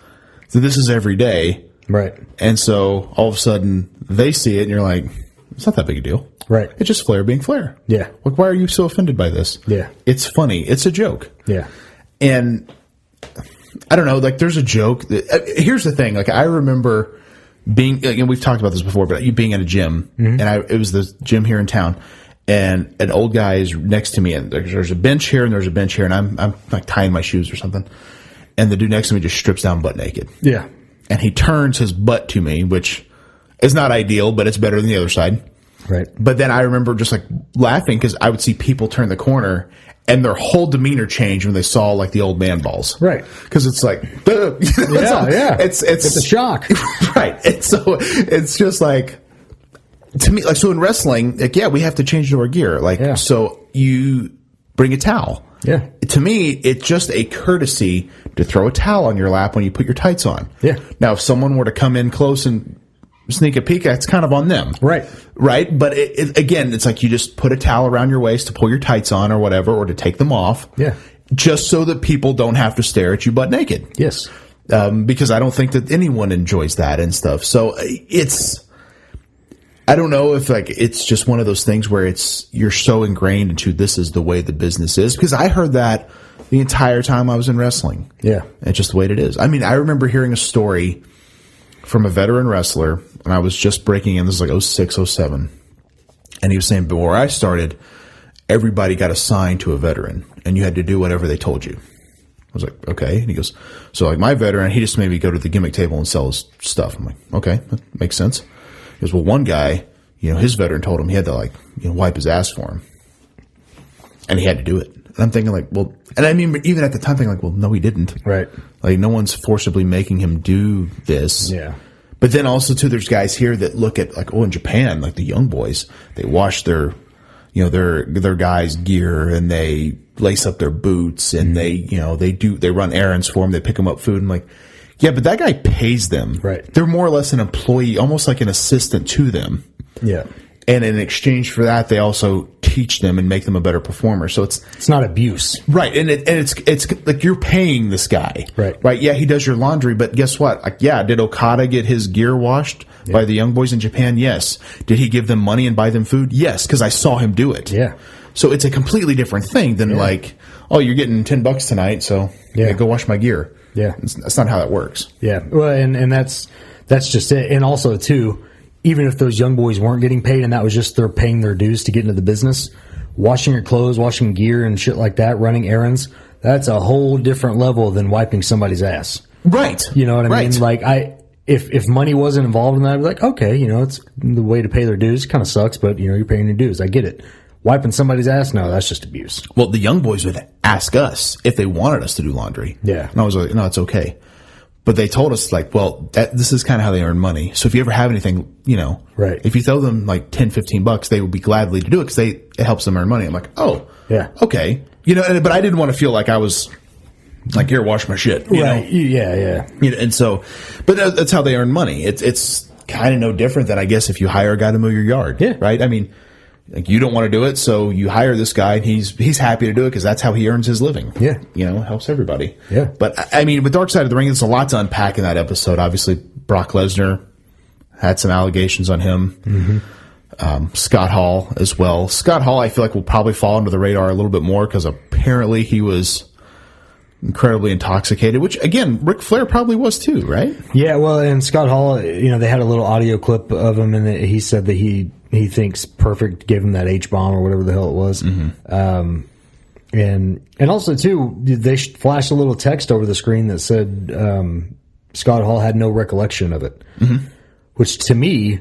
S2: that this is every day,
S3: right,
S2: and so all of a sudden they see it and you're like, it's not that big a deal.
S3: right,
S2: It's just Flair being Flair.
S3: Yeah.
S2: Like, why are you so offended by this?
S3: Yeah.
S2: It's funny. It's a joke
S3: yeah,
S2: and I don't know. Like, there's a joke. That, uh, here's the thing. Like, I remember being, like, and we've talked about this before, but you being at a gym, and I it was the gym here in town, and an old guy is next to me, and there's, there's a bench here, and there's a bench here, and I'm I'm like tying my shoes or something, and the dude next to me just strips down butt naked,
S3: yeah,
S2: and he turns his butt to me, which is not ideal, but it's better than the other side.
S3: Right.
S2: But then I remember just like laughing because I would see people turn the corner and their whole demeanor change when they saw like the old man balls.
S3: Right.
S2: Because it's like, yeah,
S3: Yeah, yeah.
S2: It's, it's,
S3: it's a shock.
S2: right. And so it's just like to me, like so in wrestling, like yeah, we have to change into our gear. Like
S3: Yeah.
S2: so, you bring a towel.
S3: Yeah.
S2: To me, it's just a courtesy to throw a towel on your lap when you put your tights on.
S3: Yeah.
S2: Now, if someone were to come in close and sneak a peek, it's kind of on them.
S3: Right.
S2: Right. But it, it, again, it's like you just put a towel around your waist to pull your tights on or whatever, or to take them off.
S3: Yeah.
S2: Just so that people don't have to stare at you butt naked
S3: Yes.
S2: um, because I don't think that anyone enjoys that and stuff. So uh, it's, I don't know if like it's just one of those things where it's you're so ingrained into this is the way the business is because I heard that the entire time I was in wrestling.
S3: Yeah.
S2: it's just the way it is. I mean, I remember hearing a story from a veteran wrestler, and I was just breaking in. This is like 06, 07. and he was saying before I started, everybody got assigned to a veteran, and you had to do whatever they told you. I was like, okay. And he goes, so like my veteran, he just made me go to the gimmick table and sell his stuff. I'm like, okay, that makes sense. He goes, well, one guy, you know, his veteran told him he had to like, you know, wipe his ass for him. And he had to do it. And I'm thinking like, well, and I mean, even at the time, thinking like, well, no, he didn't.
S3: Right.
S2: Like no one's forcibly making him do this.
S3: Yeah.
S2: But then also too, there's guys here that look at like, oh, in Japan, like the young boys, they wash their, you know, their their guys' gear and they lace up their boots and they, you know, they do they run errands for them, they pick them up food and like, yeah, but that guy pays them.
S3: Right.
S2: They're more or less an employee, almost like an assistant to them.
S3: Yeah.
S2: And in exchange for that, they also teach them and make them a better performer. So it's
S3: It's not abuse.
S2: Right, and it, and it's it's like you're paying this guy,
S3: Right.
S2: Right, yeah, he does your laundry, but guess what? Like, yeah, did Okada get his gear washed by the young boys in Japan? Yes. Did he give them money and buy them food? Yes, because I saw him do it.
S3: Yeah.
S2: So it's a completely different thing than like, oh, you're getting ten bucks tonight, so yeah,
S3: Yeah.
S2: go wash my gear.
S3: Yeah.
S2: It's- that's not how that works.
S3: Yeah. Well, and and that's that's just it. And also too, even if those young boys weren't getting paid and that was just their paying their dues to get into the business, washing your clothes, washing gear and shit like that, running errands, that's a whole different level than wiping somebody's ass.
S2: Right.
S3: You know what I
S2: Right.
S3: mean? Like I if if money wasn't involved in that, I'd be like, okay, you know, it's the way to pay their dues. Kind of sucks, but you know, you're paying your dues. I get it. Wiping somebody's ass? No, that's just abuse.
S2: Well, the young boys would ask us if they wanted us to do laundry.
S3: Yeah.
S2: And I was like, no, it's okay. But they told us like, well, that, this is kind of how they earn money. So if you ever have anything, you know,
S3: Right.
S2: If you throw them like 10, 15 bucks, they would be gladly to do it because they, it helps them earn money. I'm like, oh,
S3: Yeah.
S2: okay. You know, and, but I didn't want to feel like I was like, here, wash my shit. You
S3: right?
S2: Know?
S3: Yeah, yeah.
S2: You know, and so, but that- that's how they earn money. It's it's kind of no different than I guess if you hire a guy to mow your yard,
S3: Yeah.
S2: right? I mean, like you don't want to do it, so you hire this guy, and he's he's happy to do it because that's how he earns his living.
S3: Yeah.
S2: you know, helps everybody.
S3: Yeah.
S2: but I- I mean, with Dark Side of the Ring, there's a lot to unpack in that episode. Obviously, Brock Lesnar had some allegations on him. Um, Scott Hall as well. Scott Hall, I feel like will probably fall under the radar a little bit more because apparently he was incredibly intoxicated, which again, Ric Flair probably was too, right?
S3: Yeah, well, and Scott Hall, you know, they had a little audio clip of him, and he said that he he thinks perfect gave him that H bomb or whatever the hell it was, um, and and also too they sh- flashed a little text over the screen that said um, Scott Hall had no recollection of it, which to me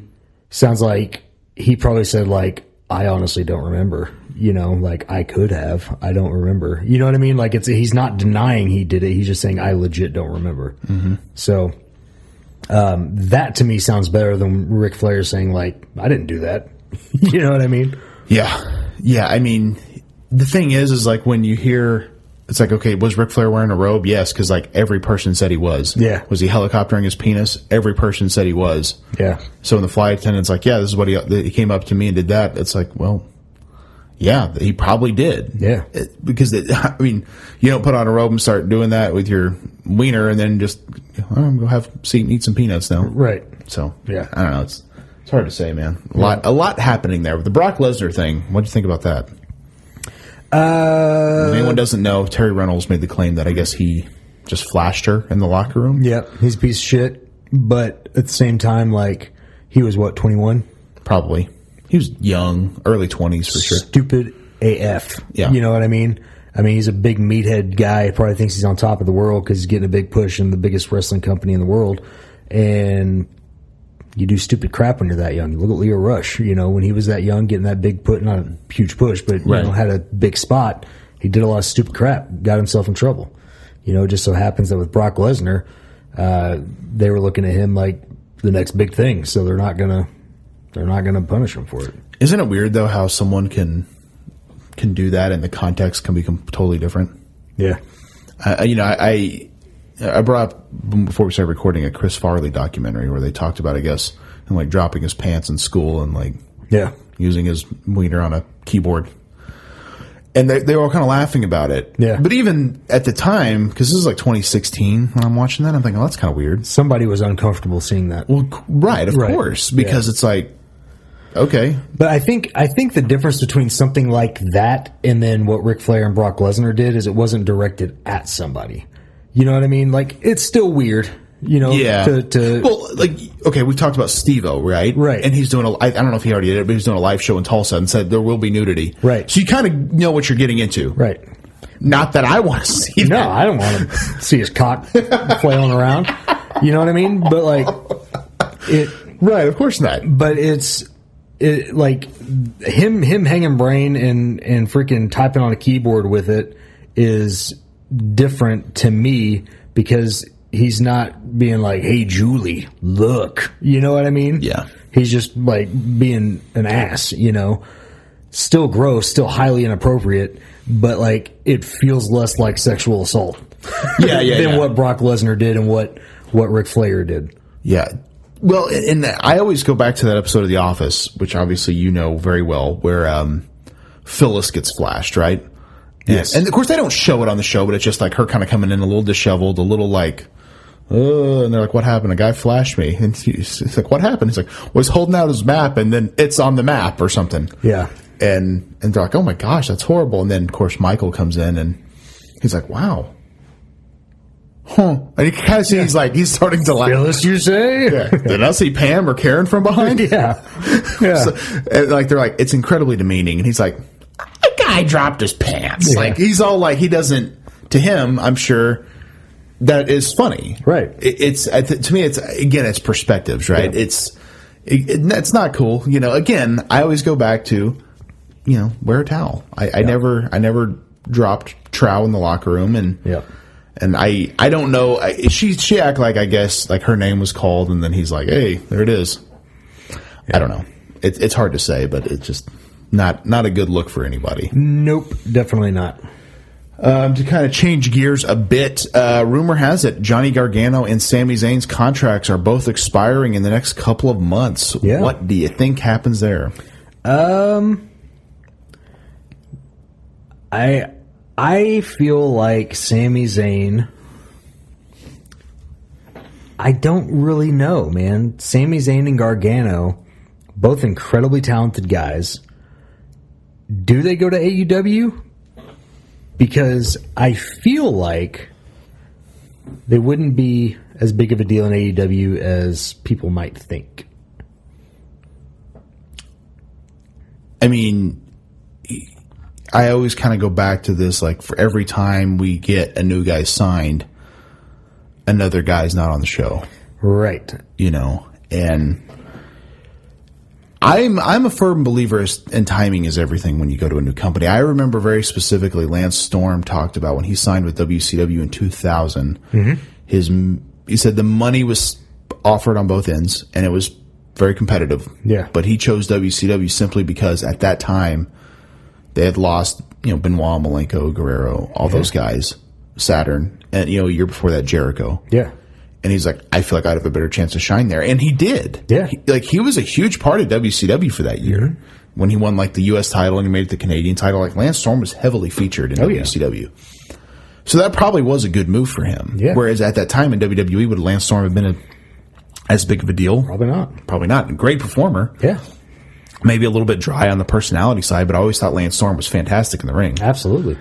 S3: sounds like he probably said like I honestly don't remember, you know, like I could have, I don't remember, you know what I mean? Like it's he's not denying he did it, he's just saying I legit don't remember. So that to me sounds better than Ric Flair saying like I didn't do that. you know what I mean?
S2: Yeah. Yeah. I mean, the thing is, is like when you hear, it's like, okay, was Ric Flair wearing a robe? Yes. Cause like every person said he was.
S3: Yeah.
S2: Was he helicoptering his penis? Every person said he was.
S3: Yeah.
S2: So when the flight attendant's like, yeah, this is what he, he came up to me and did that. It's like, well, yeah, he probably did.
S3: Yeah.
S2: It- because it, I mean, you don't put on a robe and start doing that with your wiener and then just, oh, I'm going to have see eat some peanuts now.
S3: Right.
S2: So
S3: Yeah.
S2: I don't know. It's it's hard to say, man. A lot a lot happening there. But the Brock Lesnar thing. What do you think about that?
S3: Uh
S2: If anyone doesn't know, Terry Reynolds made the claim that I guess he just flashed her in the locker room.
S3: yeah, he's a piece of shit, but at the same time like he was what 21?
S2: probably. He was young, early twenties for sure.
S3: Stupid AF.
S2: Yeah.
S3: You know what I mean? I mean, he's a big meathead guy. Probably thinks he's on top of the world because he's getting a big push in the biggest wrestling company in the world, and you do stupid crap when you're that young. Look at Leo Rush, you know, when he was that young, getting that big put, not a huge push, but
S2: Right.
S3: you know, had a big spot. He did a lot of stupid crap, got himself in trouble. You know, it just so happens that with Brock Lesnar, uh, they were looking at him like the next big thing, so they're not gonna they're not gonna punish him for it.
S2: Isn't it weird though how someone can can do that and the context can become totally different?
S3: Yeah,
S2: I, I- you know, I I I brought up before we started recording a Chris Farley documentary where they talked about, I guess, him like dropping his pants in school and like
S3: yeah,
S2: using his wiener on a keyboard. And they, they were all kind of laughing about it.
S3: Yeah.
S2: But even at the time, because this is like 2016 when I'm watching that, I'm thinking, oh, that's kind of weird.
S3: somebody was uncomfortable seeing that.
S2: Well, c- right, of
S3: Right.
S2: course, because it's like, okay,
S3: But I think I think the difference between something like that and then what Ric Flair and Brock Lesnar did is it wasn't directed at somebody. You know what I mean? Like it's still weird. You know,
S2: yeah.
S3: to, to
S2: well, like, okay, we talked about Steve-O, right?
S3: Right.
S2: And he's doing a, I, I don't know if he already did it, but he's doing a live show in Tulsa and said there will be nudity.
S3: Right.
S2: So you kind of know what you're getting into.
S3: right.
S2: Not that I want to see
S3: No,
S2: that.
S3: I don't want to see his cock flailing around. You know what I mean? But like it
S2: Right, of course not.
S3: but it's it, like him him hanging brain and and freaking typing on a keyboard with it is different to me because he's not being like hey julie look you know what i mean
S2: Yeah.
S3: he's just like being an ass you know still gross still highly inappropriate but like it feels less like sexual assault
S2: Yeah, yeah,
S3: than
S2: yeah.
S3: what brock lesnar did and what what Ric flair did
S2: Yeah. Well, and and I always go back to that episode of The Office, which obviously you know very well, where um, Phyllis gets flashed, right? Yes. And, of course, they don't show it on the show, but it's just like her kind of coming in a little disheveled, a little like, uh, and they're like, "What happened? A guy flashed me." And she's she's like, "What happened?" He's like, "Was holding out his map, and then it's on the map or something."
S3: Yeah.
S2: And and they're like, "Oh my gosh, that's horrible." And then of course Michael comes in and he's like, "Wow." Huh. And you can kind of see he's like he's starting to laugh.
S3: Phyllis, you say
S2: Yeah. Did I see Pam or Karen from behind?
S3: yeah yeah
S2: So, and, like they're like, it's incredibly demeaning, and he's like, a guy dropped his pants.
S3: Yeah.
S2: Like he's all like, he doesn't. To him, I'm sure that is funny,
S3: Right.
S2: It, it's I th- to me, it's again, it's perspectives, right?
S3: Yeah.
S2: It's it, it, it's not cool, you know. Again, I always go back to, you know, wear a towel. I, I never, I never dropped trow in the locker room, and
S3: Yeah.
S2: and I, I don't know. I, she, she act like I guess like her name was called, and then he's like, "Hey, there it is." I don't know. It, it's hard to say, but it's just not not a good look for anybody.
S3: Nope, definitely not.
S2: Um, to kind of change gears a bit, uh, rumor has it Johnny Gargano and Sami Zayn's contracts are both expiring in the next couple of months.
S3: Yeah.
S2: What do you think happens there?
S3: Um, I I feel like Sami Zayn. I don't really know, man. Sami Zayn and Gargano, both incredibly talented guys. Do they go to AEW? Because I feel like they wouldn't be as big of a deal in AEW as people might think.
S2: I mean, I always kind of go back to this like for every time we get a new guy signed, another guy's not on the show.
S3: Right.
S2: you know and i'm i'm a firm believer as- in timing is everything when you go to a new company i remember very specifically lance storm talked about when he signed with wcw in 2000 his m- he said the money was offered on both ends and it was very competitive
S3: Yeah.
S2: but he chose wcw simply because at that time they had lost you know benoit malenko guerrero all those guys saturn and you know a year before that jericho
S3: Yeah.
S2: and he's like, I feel like I'd have a better chance to shine there. And he did.
S3: Yeah. Mm-hmm.
S2: He- like he was a huge part of WCW for that year when he won like the US title and he made it the Canadian title. Like Lance Storm was heavily featured in
S3: Oh, yeah.
S2: WCW. So that probably was a good move for him.
S3: Yeah.
S2: Whereas at that time in WWE, would Lance Storm have been a, as big of a deal?
S3: Probably not.
S2: Probably not. Great performer.
S3: Yeah.
S2: Maybe a little bit dry on the personality side, but I always thought Lance Storm was fantastic in the ring.
S3: Absolutely.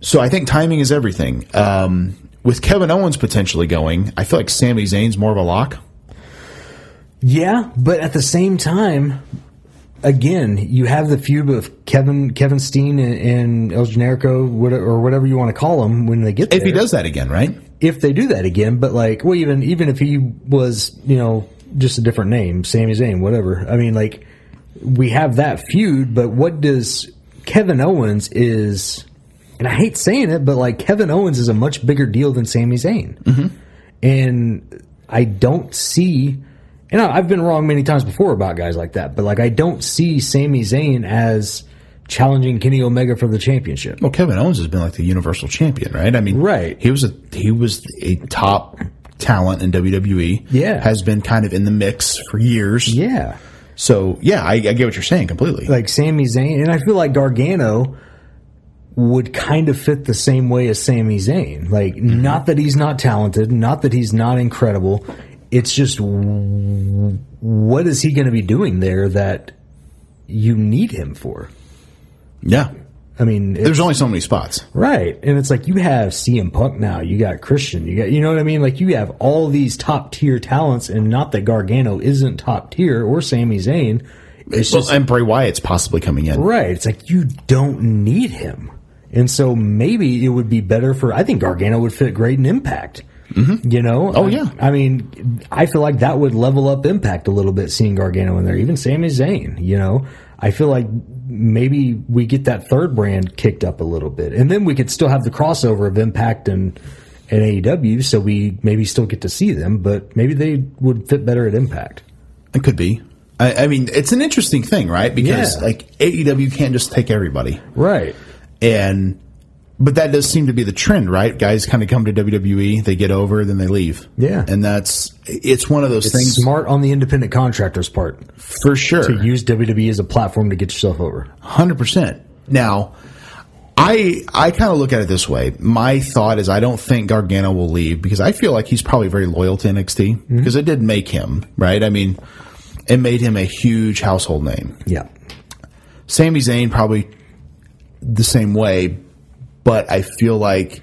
S2: So I think timing is everything. Um, with Kevin Owens potentially going, I feel like Sami Zayn's more of a lock.
S3: Yeah, but at the same time, again, you have the feud of Kevin Kevin Steen and, and El Generico, what- or whatever you want to call them, when they get
S2: If he
S3: there.
S2: does that again, right?
S3: if they do that again. But like, well, even even if he was, you know, just a different name, Sami Zayn, whatever. I mean, like we have that feud, but what does Kevin Owens is? And I hate saying it, but like Kevin Owens is a much bigger deal than Sami Zayn, and I don't see. And I- I've been wrong many times before about guys like that, but like I don't see Sami Zayn as challenging Kenny Omega for the championship.
S2: Well, Kevin Owens has been like the universal champion, right? I mean,
S3: Right.
S2: He was a he was a top talent in WWE.
S3: Yeah.
S2: has been kind of in the mix for years.
S3: Yeah.
S2: So yeah, I, I get what you're saying completely.
S3: like Sami Zayn, and I feel like Gargano would kind of fit the same way as Sami Zayn. Like, not that he's not talented, not that he's not incredible. It's just w- what is he going to be doing there that you need him for?
S2: yeah,
S3: I mean, it-
S2: there's only so many spots.
S3: right? And it's like you have CM Punk now, you got Christian, you got you know what I mean? Like you have all these top tier talents, and not that Gargano isn't top tier or Sami Zayn. It's
S2: Well,
S3: just
S2: and Bray Wyatt's possibly coming in.
S3: Right. It's like you don't need him. And so maybe it would be better for I think Gargano would fit great in impact. You know?
S2: Oh,
S3: I-
S2: yeah.
S3: I mean, I feel like that would level up impact a little bit seeing Gargano in there, even Sami Zayn, you know. I feel like maybe we get that third brand kicked up a little bit. And then we could still have the crossover of Impact and and AEW, so we maybe still get to see them, but maybe they would fit better at Impact.
S2: It could be. I, I mean, it's an interesting thing, right? Because
S3: Yeah.
S2: like AEW can't just take everybody,
S3: Right.
S2: and but that does seem to be the trend, right? Guys kind of come to WWE, they get over, then they leave.
S3: Yeah.
S2: and that's it's one of those things
S3: Smart on the independent contractors part.
S2: for sure.
S3: to use WWE as a platform to get yourself over.
S2: Hundred percent. Now, I I kind of look at it this way. My thought is I don't think Gargano will leave because I feel like he's probably very loyal to NXT
S3: Mm-hmm.
S2: because it did make him right. I mean, it made him a huge household name.
S3: Yeah.
S2: Sami Zayn probably the same way, but I feel like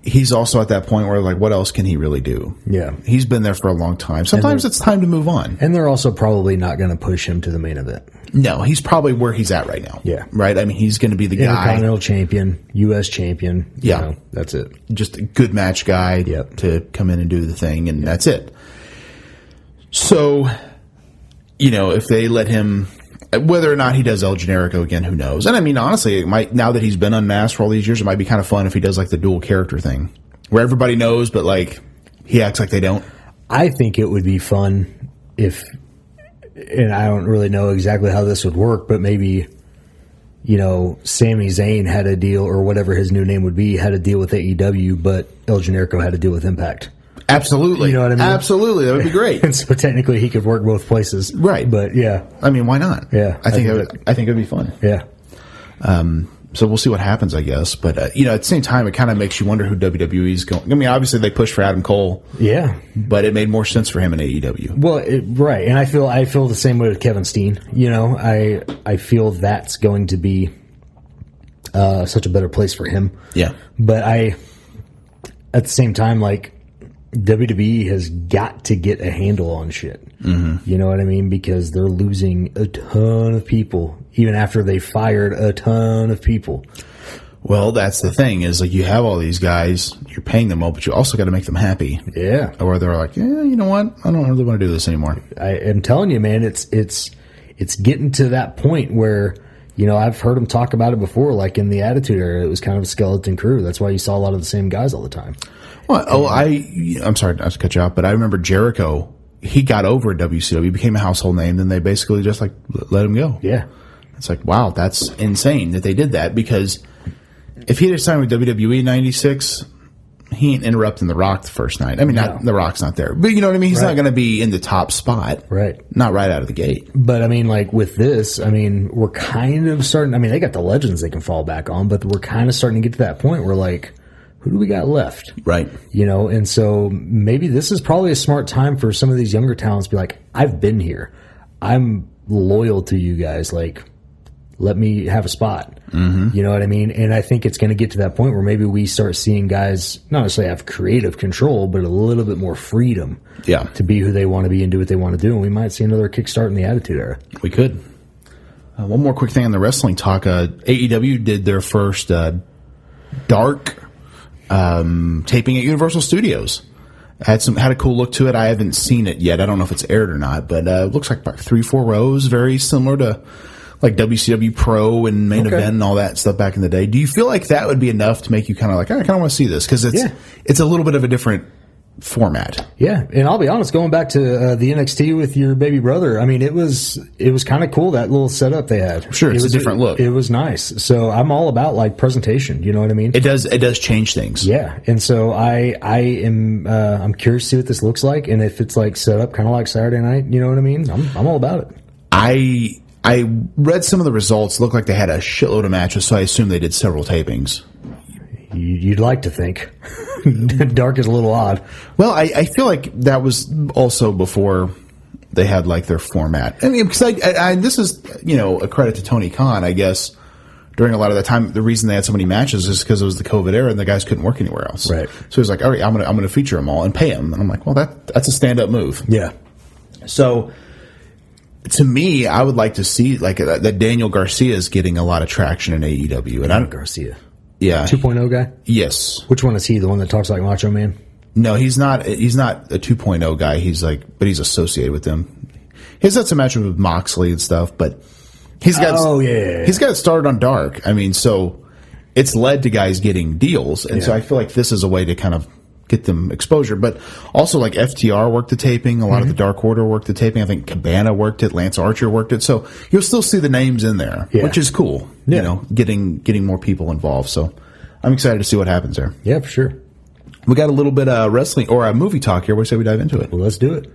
S2: he's also at that point where like, what else can he really do?
S3: Yeah.
S2: he's been there for a long time. Sometimes it's time to move on.
S3: And they're also probably not going to push him to the main event.
S2: No, he's probably where he's at right now.
S3: Yeah.
S2: right. I mean, he's going to be the guy.
S3: Intercontinental champion, U.S. champion. you
S2: Yeah.
S3: know, that's it.
S2: just a good match guy
S3: Yep.
S2: to come in and do the thing, and that's it. So, you know, if they let him, whether or not he does El Generico again, who knows? And I mean, honestly, it might now that he's been unmasked for all these years, it might be kind of fun if he does like the dual character thing, where everybody knows, but like he acts like they don't.
S3: I think it would be fun if, and I don't really know exactly how this would work, but maybe, you know, Sami Zayn had a deal or whatever his new name would be had a deal with AEW, but El Generico had a deal with Impact.
S2: Absolutely,
S3: You know what I mean?
S2: Absolutely, that would be great.
S3: And so technically he could work both places.
S2: Right.
S3: But yeah.
S2: I mean, why not?
S3: Yeah,
S2: I think
S3: I
S2: I,
S3: think
S2: would, I think it would be fun.
S3: Yeah.
S2: So we'll see what happens, I guess. But uh, you know, at the same time, it kind of makes you wonder who WWE's going. I mean, obviously they pushed for Adam Cole,
S3: Yeah.
S2: but it made more sense for him in E AEW.
S3: Well, it, right, and I feel I feel the same way with Kevin Steen. You know, I I feel that's going to be uh, such a better place for him.
S2: Yeah,
S3: But I, at the same time, like WWE has got to get a handle on shit. Mm-hmm. You know what I mean? Because they're losing a ton of people, even after they fired a ton of people.
S2: Well, that's the thing is like you have all these guys, you're paying them all, but you also got to make them happy.
S3: Yeah,
S2: Or they're like, yeah, you know what? I don't really want to do this anymore.
S3: I am telling you, man, it's it's it's getting to that point where you know I've heard him talk about it before, like in the Attitude Era, it was kind of a skeleton crew. That's why you saw a lot of the same guys all the time.
S2: Well, oh, I, I'm sorry not to cut you off, but I remember Jericho. He got over at WCW, became a household name, then they basically just like l- let him go.
S3: Yeah,
S2: It's like, wow, that's insane that they did that because if he had signed with WWE in 96, he ain't interrupting The Rock the first night. I mean, not The Rock's not there, but you know what I mean? He's not
S3: Right.
S2: going to be in the top spot.
S3: right.
S2: Not right out of the gate.
S3: But I mean, like with this, I mean, we're kind of starting. I mean, they got the legends they can fall back on, but we're kind of starting to get to that point where like, who do we got left?
S2: Right.
S3: You know, and so maybe this is probably a smart time for some of these younger talents to be like, I've been here. I'm loyal to you guys. Like, let me have a spot. You know what I mean? And I think it's going to get to that point where maybe we start seeing guys not necessarily have creative control, but a little bit more freedom
S2: Yeah.
S3: to be who they want to be and do what they want to do. And we might see another kickstart in the Attitude Era.
S2: We could. Uh, one more quick thing on the wrestling talk. Uh, AEW did their first uh, dark um, taping at Universal Studios. Had some had a cool look to it. I haven't seen it yet. I don't know if it's aired or not, but uh, it looks like about three, four rows, very similar to like WCW Pro and main event and all that stuff back in the day. Do you feel like that would be enough to make you kind of like I kind of want to see this because it's
S3: Yeah.
S2: it's a little bit of a different format.
S3: Yeah, and I'll be honest. Going back to uh, the NXT with your baby brother, I mean, it was it was kind of cool that little setup they had.
S2: Sure, it's
S3: it
S2: a
S3: was
S2: different look.
S3: It was nice. So I'm all about like presentation. You know what I mean?
S2: It does it does change things.
S3: yeah, and so I I am uh, I'm curious to see what this looks like, and if it's like set up kind of like Saturday night. You know what I mean? I'm I'm all about it.
S2: I I read some of the results. It looked like they had a shitload of matches, so I assume they did several tapings.
S3: You, you'd like to think dark is a little odd.
S2: Well, I, I feel like that was also before they had like their format. I mean, because I, I, I this is you know a credit to Tony Khan, I guess. During a lot of the time, the reason they had so many matches is because it was the COVID era and the guys couldn't work anywhere else.
S3: Right.
S2: So he's like, all right, I'm gonna I'm gonna feature them all and pay them. And I'm like, well, that that's a stand up move.
S3: Yeah,
S2: So to me, I would like to see like that, that Daniel Garcia is getting a lot of traction in AEW, and I don't.
S3: Garcia,
S2: Yeah.
S3: 2.0 guy.
S2: Yes.
S3: Which one is he? The one that talks like Macho Man?
S2: No, he's not. He's not a 2.0 guy. He's like, but he's associated with them. He's had some matches with Moxley and stuff, but he's got.
S3: Oh, yeah, yeah, yeah.
S2: he's got it started on Dark. I mean, so it's led to guys getting deals, and so I feel like this is a way to kind of get them exposure. But also, like FTR worked the taping. A lot
S3: Mm-hmm.
S2: of the Dark Order worked the taping. I think Cabana worked it. Lance Archer worked it. So you'll still see the names in there,
S3: Yeah.
S2: which is cool.
S3: Yeah.
S2: You know, getting getting more people involved. So I'm excited to see what happens there.
S3: Yeah, for sure.
S2: We got a little bit of wrestling or a movie talk here. Where say we dive into it?
S3: Well, let's do it.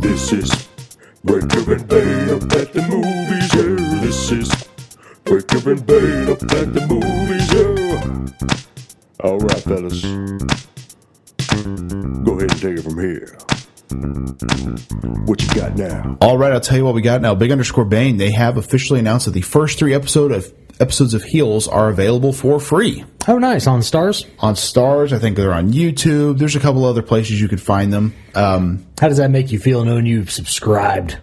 S5: This is Wake Up and Bait Up at the Movies, yeah. This is Wake Up and Bait Up at the Movies, yeah. All right, fellas. Go ahead and take it from here. What you got now?
S2: All right, I'll tell you what we got now. Big underscore Bane. They have officially announced that the first three episode of episodes of Heels are available for free
S3: Oh, nice on Stars.
S2: on Stars. I think they're on YouTube. There's a couple other places you could find them. Um,
S3: How does that make you feel knowing you've subscribed?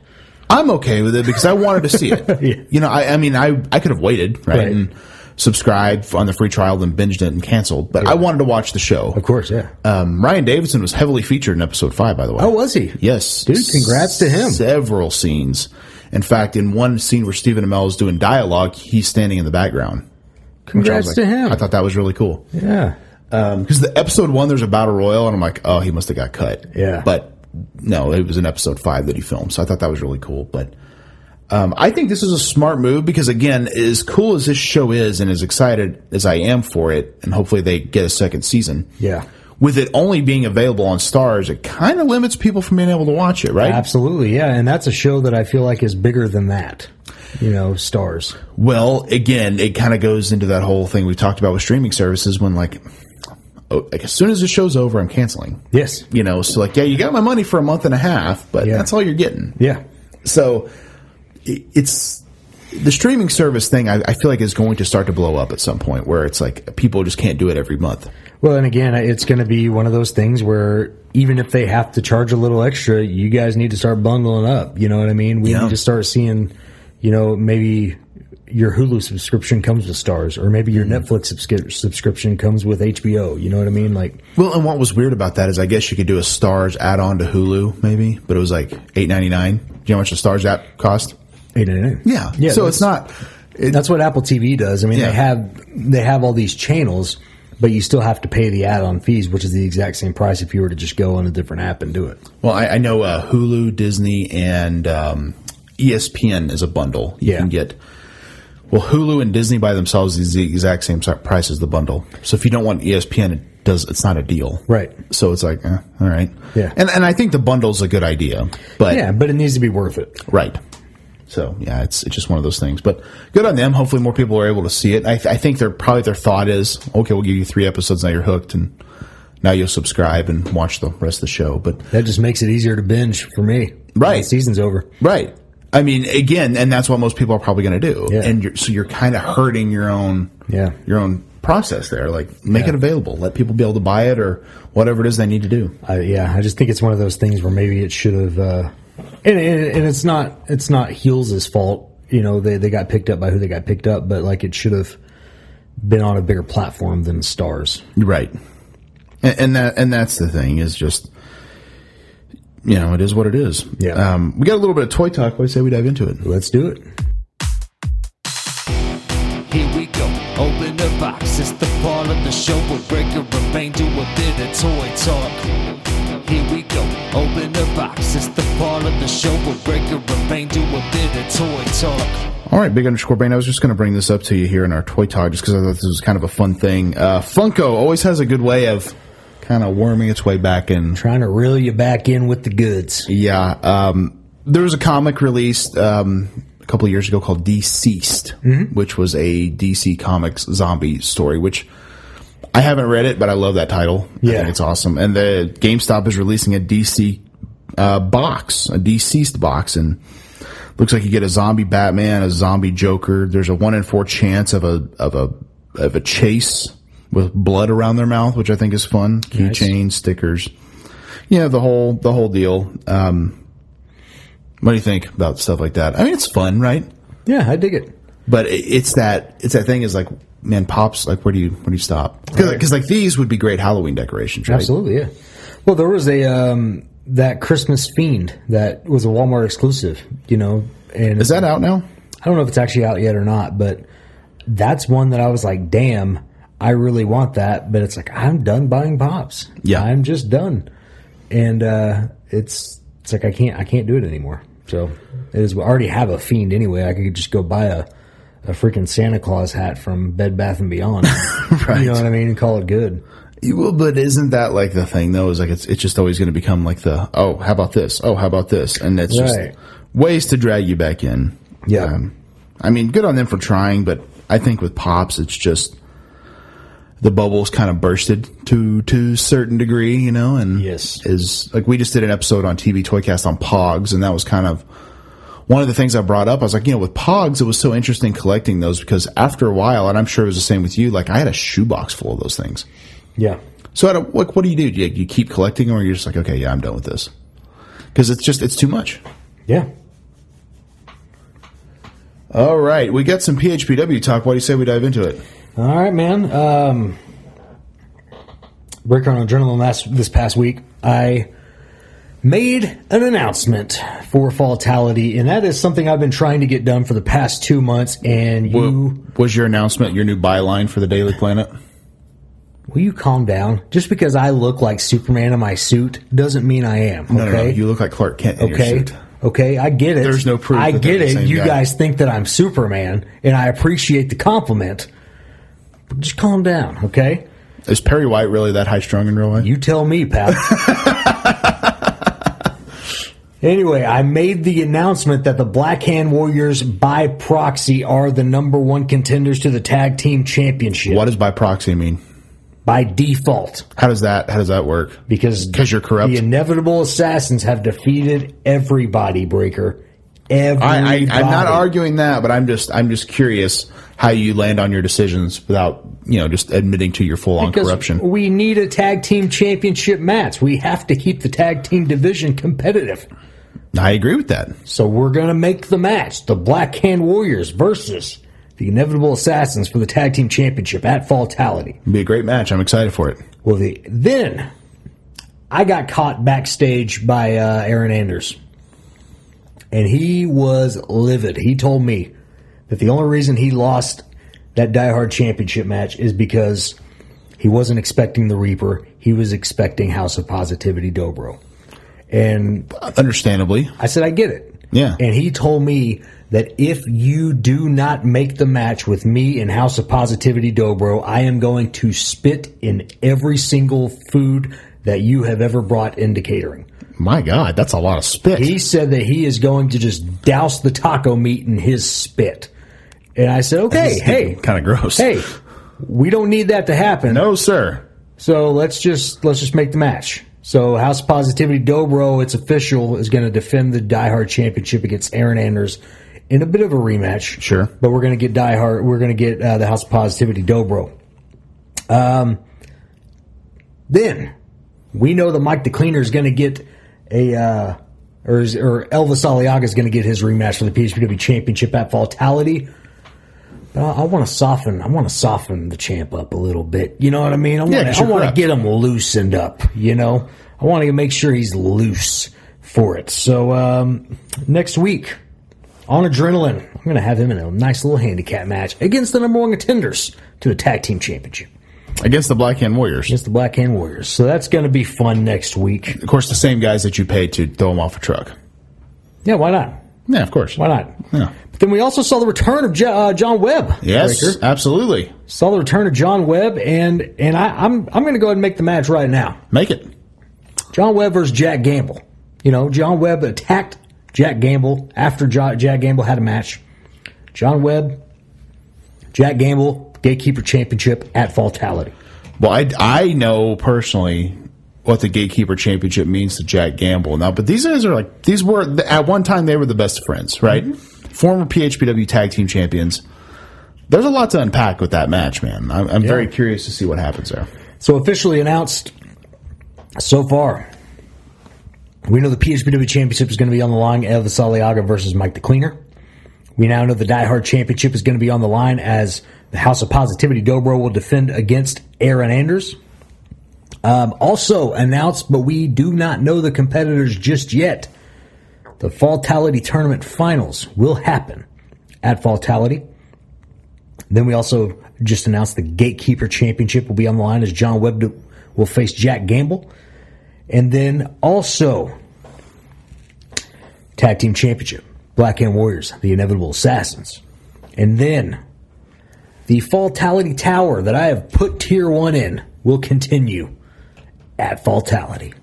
S2: I'm okay with it because I wanted to see it. You know, I, I mean, I I could have waited right,
S3: Right.
S2: and subscribed on the free trial, then binged it and canceled. But I wanted to watch the show.
S3: Of course, yeah.
S2: Um, Ryan Davidson was heavily featured in episode five, by the way.
S3: Uh, oh, was he?
S2: Yes.
S3: Dude, congrats to him.
S2: Several scenes. In fact, in one scene where Stephen Amell is doing dialogue, he's standing in the background. which I was
S3: Congrats to
S2: like-
S3: him.
S2: I thought that was really cool.
S3: yeah.
S2: Because the episode one, there's a battle royal, and I'm like, oh, he must have got cut.
S3: Yeah.
S2: But no, it was in episode five that he filmed. So I thought that was really cool. But um, I think this is a smart move because, again, as cool as this show is and as excited as I am for it, and hopefully they get a second season.
S3: Yeah.
S2: With it only being available on Stars, it kind of limits people from being able to watch it, right?
S3: Absolutely, yeah. And that's a show that I feel like is bigger than that. You know, Stars.
S2: Well, again, it kind of goes into that whole thing we talked about with streaming services when, like, oh, like as soon as the show's over, I'm canceling.
S3: Yes.
S2: You know, so like, yeah, you got my money for a month and a half, but
S3: Yeah.
S2: that's all you're getting.
S3: Yeah.
S2: So i- it's the streaming service thing. I, I feel like is going to start to blow up at some point where it's like people just can't do it every month.
S3: Well, and again, it's going to be one of those things where even if they have to charge a little extra, you guys need to start bundling up. You know what I mean? We
S2: Yeah.
S3: need to start seeing, you know, maybe your Hulu subscription comes with Stars, or maybe your Netflix subscri- subscription comes with HBO. You know what I mean? Like,
S2: Well, and what was weird about that is I guess you could do a Stars add on to Hulu maybe, but it was like eight ninety nine. Do you know how much the Stars app cost?
S3: eight ninety nine.
S2: Yeah,
S3: yeah.
S2: So
S3: that's-
S2: it's not. It,
S3: That's what Apple TV does. I mean,
S2: Yeah.
S3: they have they have all these channels, but you still have to pay the add-on fees, which is the exact same price if you were to just go on a different app and do it.
S2: Well, I, I know uh, Hulu, Disney, and um, ESPN is a bundle. You
S3: Yeah.
S2: can get. Well, Hulu and Disney by themselves is the exact same si- price as the bundle. So if you don't want E ESPN, it does. It's not a deal,
S3: Right.
S2: So it's like, eh, all right,
S3: Yeah.
S2: And and I think the bundle's a good idea, but
S3: Yeah, but it needs to be worth it.
S2: right. So yeah, it's it's just one of those things. But good on them. Hopefully, more people are able to see it. I, th- I think they're probably their thought is, okay, we'll give you three episodes now. You're hooked, and now you'll subscribe and watch the rest of the show. But
S3: That just makes it easier to binge for me.
S2: Right.
S3: The season's over.
S2: Right. I mean, again, and that's what most people are probably going to do.
S3: Yeah.
S2: And you're, so you're kind of hurting your own,
S3: Yeah.
S2: your own process there. Like, make it available. Let people be able to buy it or whatever it is they need to do.
S3: I, yeah, I just think it's one of those things where maybe it should have. Uh, and, and and it's not it's not Heels' fault. You know, they they got picked up by who they got picked up, but like it should have been on a bigger platform than Stars.
S2: Right. and, and that and that's the thing is just you know it is what it is.
S3: Yeah.
S2: Um, we got a little bit of toy talk. What do you say we dive into it?
S3: Let's do it.
S6: Here we go, open the box. It's the part of the show where Breaker and Bane do a bit of toy talk. Here we go, open the box. It's the part of the show where Breaker and Bane do a bit of toy talk.
S2: All right, big underscore brain. I was just going to bring this up to you here in our toy talk, just because I thought this was kind of a fun thing. Uh, Funko always has a good way of kind of worming its way back in.
S3: Trying to reel you back in with the goods.
S2: Yeah, um, there was a comic released um, a couple of years ago called Deceased, which was a DC Comics zombie story. Which I haven't read it, but I love that title. I
S3: Yeah.
S2: think it's awesome. And the GameStop is releasing a DC uh, box, a Deceased box, and looks like you get a zombie Batman, a zombie Joker. There's a one in four chance of a of a of a chase with blood around their mouth, which I think is fun. Keychain stickers, yeah, the whole the whole deal. Um, what do you think about stuff like that? I mean, it's fun, right?
S3: Yeah, I dig it.
S2: But it, it's that it's that thing is like. Man, pops! Like, where do you where do you stop? Because like these would be great Halloween decorations, right?
S3: Absolutely, yeah. Well, there was a um, that Christmas fiend that was a Walmart exclusive, you know, and
S2: Is that out now?
S3: I don't know if it's actually out yet or not, but that's one that I was like, damn, I really want that, but it's like I'm done buying pops.
S2: Yeah.
S3: I'm just done, and uh, it's it's like I can't I can't do it anymore. So it is. I already have a fiend anyway. I could just go buy a. A freaking Santa Claus hat from Bed Bath and Beyond, You
S2: Right.
S3: know what I mean, and call it good.
S2: You will, but isn't that like the thing though? Is like it's it's just always going to become like the oh how about this oh how about this and it's
S3: Right.
S2: just ways to drag you back in. Um,
S3: Yeah.
S2: I mean, good on them for trying, but I think with pops, it's just the bubbles kind of bursted to to a certain degree, you know. And
S3: Yes.
S2: is like we just did an episode on TV Toycast on Pogs, and that was kind of one of the things I brought up. I was like, you know, with Pogs, it was so interesting collecting those because after a while, and I'm sure it was the same with you. Like I had a shoebox full of those things.
S3: Yeah,
S2: So I don't, like, what do you do? Do you, you keep collecting, them or you're just like, okay, yeah, I'm done with this because it's just it's too much.
S3: yeah.
S2: All right, we got some PHPW talk. Why do you say we dive into it?
S3: All right, man. Um, Breaker on adrenaline last this past week. I made an announcement for Fatality, and that is something I've been trying to get done for the past two months. And you,
S2: Was your announcement your new byline for the Daily Planet?
S3: will you calm down? Just because I look like Superman in my suit doesn't mean I am. Okay.
S2: No, no, no. You look like Clark Kent in
S3: Okay.
S2: your suit.
S3: Okay, I get it.
S2: There's no proof
S3: I
S2: that they're
S3: get
S2: the
S3: it.
S2: same
S3: You
S2: guy.
S3: guys think that I'm Superman, and I appreciate the compliment. But just calm down, okay?
S2: Is Perry White really that high strung in real life?
S3: You tell me, pal. anyway, I made the announcement that the Black Hand Warriors by proxy are the number one contenders to the tag team championship
S2: What does by proxy mean?
S3: by default
S2: How does that how does that work?
S3: because
S2: 'Cause you're corrupt.
S3: The inevitable assassins have defeated everybody, Breaker.
S2: I, I
S3: Everybody.
S2: I'm not arguing that, but I'm just I'm just curious how you land on your decisions without you know just admitting to your full on
S3: Because
S2: corruption.
S3: We need a tag team championship match. We have to keep the tag team division competitive.
S2: I agree with that.
S3: So we're going to make the match the Black Hand Warriors versus the Inevitable Assassins for the Tag Team Championship at Fatality.
S2: It'd be a great match. I'm excited for it.
S3: Well, the, then I got caught backstage by uh, Aaron Anders, and he was livid. He told me that the only reason he lost that Die Hard Championship match is because he wasn't expecting the Reaper, he was expecting House of Positivity Dobro. And
S2: Understandably,
S3: I said, I get it.
S2: Yeah.
S3: And he told me that if you do not make the match with me and House of Positivity Dobro, I am going to spit in every single food that you have ever brought into catering.
S2: my God, that's a lot of spit.
S3: He said that he is going to just douse the taco meat in his spit. And I said, okay, hey,
S2: kind of gross.
S3: hey, we don't need that to happen.
S2: no, sir.
S3: So let's just let's just make the match. So House of Positivity Dobro, it's official, is going to defend the Die Hard Championship against Aaron Anders in a bit of a rematch.
S2: Sure.
S3: but we're going to get Die Hard. We're going to get uh, the House of Positivity Dobro. Um, then we know that Mike the Cleaner is going to get a. Uh, or, is, or Elvis Aliaga is going to get his rematch for the PHPW Championship at Fatality. But I, I want to soften. I want to soften the champ up a little bit. You know what I mean? I want.
S2: get
S3: I
S2: your
S3: want to
S2: crap.
S3: get him loosened up. You know, I want to make sure he's loose for it. So um, next week on adrenaline, I'm going to have him in a nice little handicap match against the number one contenders to the tag team championship
S2: against the Black Hand Warriors.
S3: against the Black Hand Warriors. So that's going to be fun next week.
S2: Of course, the same guys that you paid to throw them off a truck.
S3: Yeah, why not?
S2: Yeah, of course.
S3: Why not?
S2: Yeah.
S3: But then we also saw the return of jo- uh, John Webb.
S2: Yes,
S3: Breaker.
S2: absolutely.
S3: saw the return of John Webb, and and I, I'm I'm going to go ahead and make the match right now.
S2: Make it.
S3: John Webb versus Jack Gamble. You know, John Webb attacked Jack Gamble after jo- Jack Gamble had a match. John Webb, Jack Gamble, Gatekeeper Championship at Fatality.
S2: Well, I, I know personally what the Gatekeeper Championship means to Jack Gamble now, but these guys are like, these were, at one time, they were the best of friends, right?
S3: Mm-hmm.
S2: Former PHPW Tag Team Champions. There's a lot to unpack with that match, man. I'm, I'm very curious to see what happens there.
S3: So officially announced so far. We know the PHPW Championship is going to be on the line. Elvis Aliaga versus Mike the Cleaner. We now know the Die Hard Championship is going to be on the line as the House of Positivity Dobro will defend against Aaron Anders. Um, also announced, but we do not know the competitors just yet. The Fatality Tournament Finals will happen at Fatality. Then we also just announced the Gatekeeper Championship will be on the line as John Webb do- will face Jack Gamble. And then also Tag Team Championship, Black Hand Warriors, the Inevitable Assassins. And then the Fatality Tower that I have put Tier 1 in will continue at Fatality.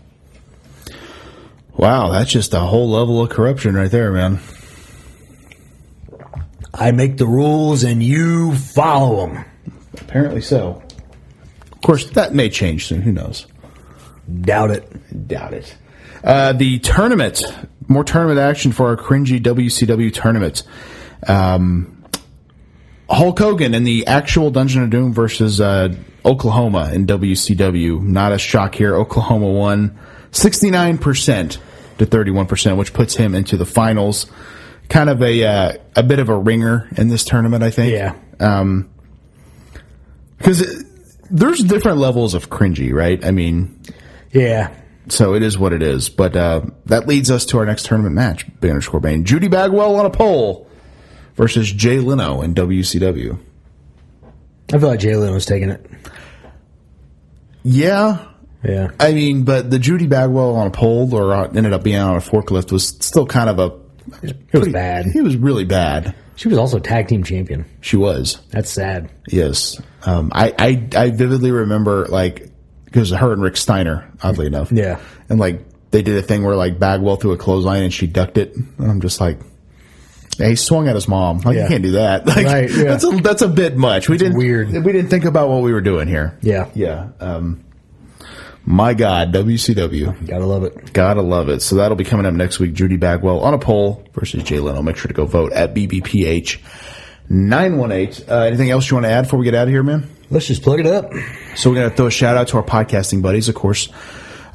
S2: Wow, that's just a whole level of corruption right there, man.
S3: I make the rules and you follow them.
S2: Apparently so. Of course, that may change soon. Who knows?
S3: Doubt it.
S2: Doubt it. Uh, the tournament, more tournament action for our cringy WCW tournament. Um, Hulk Hogan in the actual Dungeon of Doom versus uh, Oklahoma in WCW. Not a shock here. Oklahoma won 69% to 31%, which puts him into the finals. Kind of a uh, a bit of a ringer in this tournament, I think.
S3: Yeah.
S2: Um, because there's different levels of cringy, right? I mean,
S3: Yeah.
S2: so it is what it is. But uh, that leads us to our next tournament match, Banner Scorbane. Judy Bagwell on a pole versus Jay Leno in WCW.
S3: I feel like Jay Leno's taking it.
S2: Yeah.
S3: Yeah.
S2: I mean, but the Judy Bagwell on a pole or on, ended up being on a forklift was still kind of a.
S3: It was bad.
S2: He was really bad.
S3: She was also tag team champion.
S2: She was.
S3: That's sad.
S2: Yes. Um, I, I, I vividly remember, like, because her and Rick Steiner, oddly enough.
S3: Yeah.
S2: And, like, they did a thing where, like, Bagwell threw a clothesline and she ducked it. And I'm just like, yeah, he swung at his mom. Like,
S3: Yeah.
S2: you can't do that. Like,
S3: Right, yeah.
S2: that's, a, that's a bit much. We didn't,
S3: weird.
S2: We didn't think about what we were doing here.
S3: Yeah.
S2: Yeah. Um, my God, WCW.
S3: Gotta love it.
S2: Gotta love it. So that'll be coming up next week. Judy Bagwell on a poll versus Jay Leno. Make sure to go vote at BBPH nine one eight. Uh, anything else you want to add before we get out of here, man?
S3: Let's just plug it up.
S2: So we're gonna throw a shout out to our podcasting buddies, of course. Uh,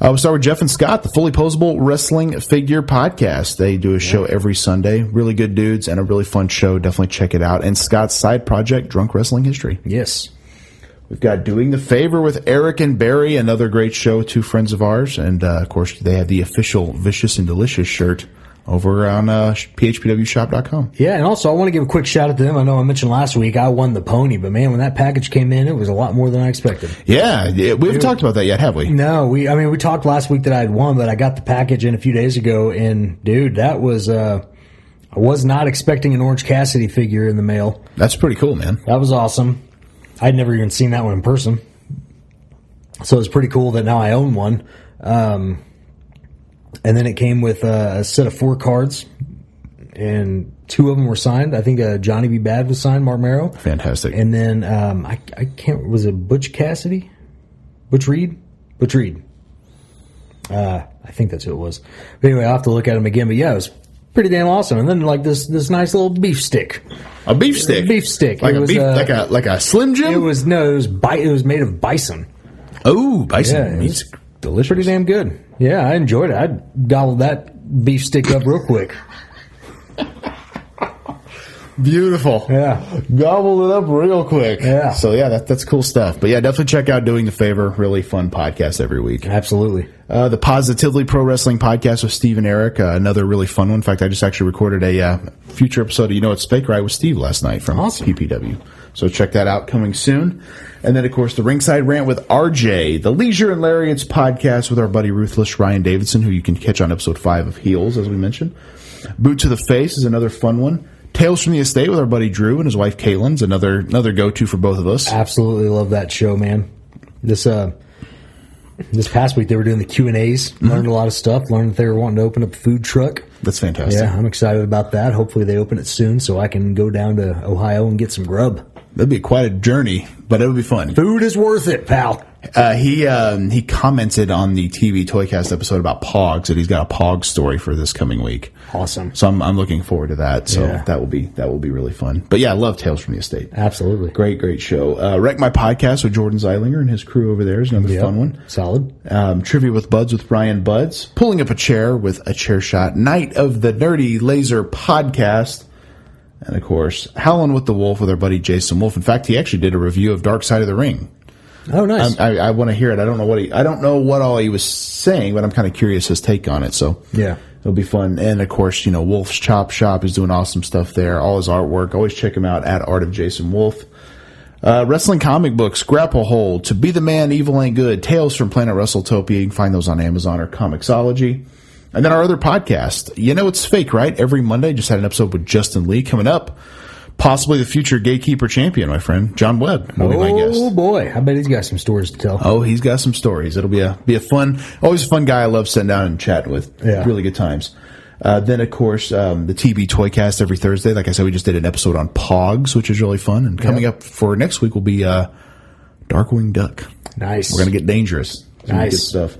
S2: we'll start with Jeff and Scott, the Fully Posable Wrestling Figure Podcast. They do a show every Sunday. Really good dudes and a really fun show. Definitely check it out. And Scott's side project, Drunk Wrestling History.
S3: Yes.
S2: We've got Doing the Favor with Eric and Barry, another great show, two friends of ours. And uh, of course, they have the official Vicious and Delicious shirt over on uh, phpwshop.com.
S3: Yeah, and also I want to give a quick shout out to them. I know I mentioned last week I won the pony, but man, when that package came in, it was a lot more than I expected.
S2: Yeah, yeah, we haven't talked about that yet, have we?
S3: No, we I mean we talked last week that I had won, but I got the package in a few days ago and dude, that was uh I was not expecting an Orange Cassidy figure in the mail.
S2: That's pretty cool, man.
S3: That was awesome. I'd never even seen that one in person. So it's pretty cool that now I own one. Um, and then it came with uh, a set of four cards, and two of them were signed. I think uh, Johnny B. Bad was signed, Mark Merrow.
S2: Fantastic.
S3: And then um, I, I can't, was it Butch Cassidy? Butch Reed? Butch Reed. Uh, I think that's who it was. But anyway, I'll have to look at him again. But yeah, it was pretty damn awesome. And then like this this nice little beef stick.
S2: a beef stick.
S3: beef stick.
S2: Like
S3: It
S2: a
S3: was,
S2: beef,
S3: uh,
S2: like a like a Slim Jim.
S3: It was no, it was bi- it was made of bison.
S2: oh, bison
S3: Yeah, it
S2: meat's
S3: was
S2: delicious.
S3: Pretty damn good. Yeah, I enjoyed it. I gobbled that beef stick up real quick.
S2: Beautiful.
S3: Yeah.
S2: Gobbled it up real quick.
S3: Yeah.
S2: So yeah, that, that's cool stuff. But yeah, definitely check out Doing the Favor. Really fun podcast every week.
S3: Absolutely.
S2: Uh, the Positively Pro Wrestling Podcast with Steve and Eric. Uh, another really fun one. In fact, I just actually recorded a uh, future episode of You Know It's Fake Right with Steve last night from PPW. So check that out coming soon. And then, of course, the Ringside Rant with RJ, the Leisure and Lariats podcast with our buddy Ruthless Ryan Davidson, who you can catch on episode five of Heels, as we mentioned. Boot to the Face is another fun one. Tales from the Estate with our buddy Drew and his wife Caitlin's another another go to for both of us.
S3: Absolutely love that show, man. This uh this past week they were doing the Q and A's.
S2: Mm-hmm.
S3: Learned a lot of stuff. Learned that they were wanting to open up a food truck.
S2: That's fantastic.
S3: Yeah, I'm excited about that. Hopefully they open it soon so I can go down to Ohio and get some grub.
S2: That'd be quite a journey, but it would be fun.
S3: Food is worth it, pal.
S2: Uh, he um, he commented on the TV Toycast episode about Pogs that he's got a Pog story for this coming week.
S3: Awesome.
S2: So I'm, I'm looking forward to that. So
S3: Yeah.
S2: that will be that will be really fun. But yeah, I love Tales from the Estate.
S3: Absolutely.
S2: Great, great show. Uh, Wreck My Podcast with Jordan Zeilinger and his crew over there is another
S3: Yep.
S2: fun one.
S3: Solid.
S2: Um, Trivia with Buds with Brian Buds. Pulling up a chair with a chair shot. Night of the Nerdy Laser Podcast. And of course, Howlin' with the Wolf with our buddy Jason Wolf. In fact, he actually did a review of Dark Side of the Ring
S3: Oh nice.
S2: I'm- I, I want to hear it. I don't know what he, I don't know what all he was saying, but I'm kind of curious his take on it. So
S3: Yeah.
S2: it'll be fun. And of course, you know, Wolf's Chop Shop is doing awesome stuff there. All his artwork. Always check him out at Art of Jason Wolf. Uh, wrestling comic books, Grapple Hole, To Be the Man, Evil Ain't Good, Tales from Planet WrestleTopia. You can find those on Amazon or Comixology. And then our other podcast, You Know It's Fake, right? Every Monday, just had an episode with Justin Lee coming up. Possibly the future gatekeeper champion, my friend, John Webb will be my guest.
S3: oh boy. I bet he's got some stories to tell.
S2: Oh, he's got some stories. It'll be a be a fun, always a fun guy. I love sitting down and chatting with.
S3: Yeah.
S2: Really good times. Uh, then of course um, the TB Toycast every Thursday. Like I said, we just did an episode on Pogs, which is really fun. And coming up for next week will be uh, Darkwing Duck.
S3: nice.
S2: We're gonna get dangerous. Some
S3: Nice.
S2: good stuff.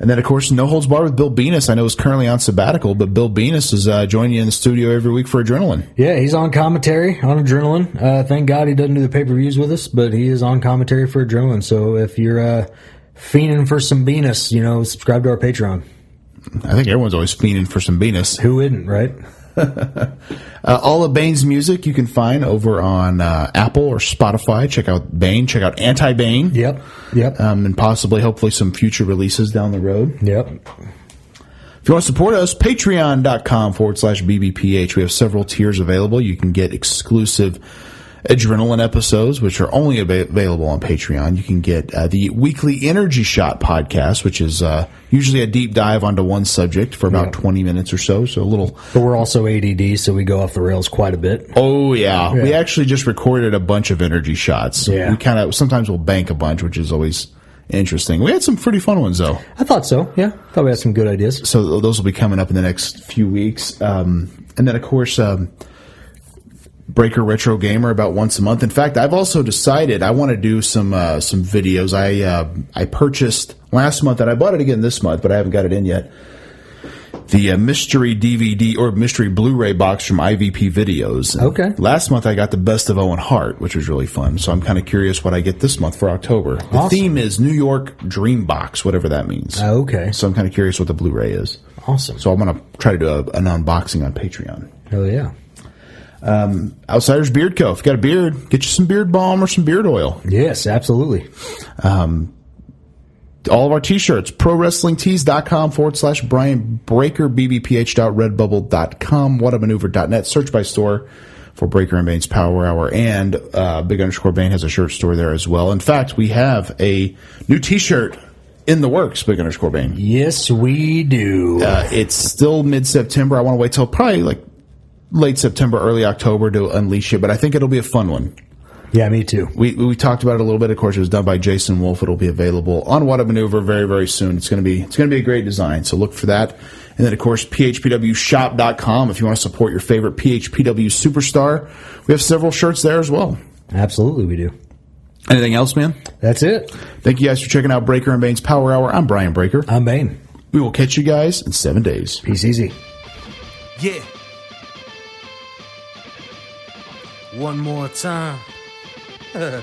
S2: And then of course No Holds Bar with Bill Venus. I know is currently on sabbatical, but Bill Venus is uh, joining you in the studio every week for Adrenaline.
S3: Yeah, he's on commentary on Adrenaline. Uh, thank God he doesn't do the pay per views with us, but he is on commentary for Adrenaline. So if you're uh, fiending for some Venus, you know, subscribe to our Patreon.
S2: I think everyone's always fiending for some Venus.
S3: Who isn't, right?
S2: Uh, all of Bane's music you can find over on uh, Apple or Spotify. Check out Bane. Check out Anti Bane.
S3: Yep. Yep.
S2: Um, and possibly, hopefully, some future releases down the road.
S3: yep.
S2: If you want to support us, patreon.com forward slash BBPH. We have several tiers available. You can get exclusive adrenaline episodes, which are only ava- available on Patreon. You can get uh, the weekly Energy Shot podcast, which is uh, usually a deep dive onto one subject for about 20 minutes or so. So a little
S3: But we're also ADD, so we go off the rails quite a bit.
S2: Oh yeah. we actually just recorded a bunch of energy shots.
S3: Yeah.
S2: we kind of sometimes we'll bank a bunch, which is always interesting. We had some pretty fun ones though,
S3: I thought so. Yeah. Thought we had some good ideas.
S2: so those will be coming up in the next few weeks. Um, and then of course, um, Breaker Retro Gamer about once a month. In fact, I've also decided I want to do some uh, some videos. I uh, I purchased last month and I bought it again this month, but I haven't got it in yet. The uh, mystery DVD or mystery Blu-ray box from IVP Videos. And
S3: Okay.
S2: Last month I got the best of Owen Hart, which was really fun. So I'm kind of curious what I get this month for October. The
S3: Awesome. Oh,
S2: theme is New York Dream Box, whatever that means.
S3: Okay.
S2: So I'm kind of curious what the Blu-ray is.
S3: Awesome.
S2: So I'm going to try to do a, an unboxing on Patreon.
S3: Oh, yeah.
S2: Outsiders Beard Co. If you got a beard, get you some beard balm or some beard oil.
S3: Yes, absolutely.
S2: All of our t-shirts, prowrestlingtees.com forward slash Brian Breaker, bbph.redbubble.com, whatamaneuver.net. Search by store for Breaker and Bane's Power Hour. And uh, Big Underscore Bane has a shirt store there as well. In fact, we have a new t-shirt in the works, Big Underscore Bane.
S3: Yes, we do.
S2: Uh, it's still mid September. I want to wait till probably like late September, early October to unleash it, but I think it'll be a fun one.
S3: yeah, me too.
S2: We, we talked about it a little bit. Of course, it was done by Jason Wolf. It'll be available on What a Maneuver very very soon. It's gonna be it's gonna be a great design. So look for that. And then of course phpwshop.com if you want to support your favorite phpw superstar. We have several shirts there as well.
S3: Absolutely, we do.
S2: Anything else, man?
S3: That's it.
S2: Thank you guys for checking out Breaker and Bane's Power Hour. I'm Brian Breaker.
S3: I'm Bane.
S2: We will catch you guys in seven days.
S3: Peace easy.
S7: Yeah. One more time.
S1: It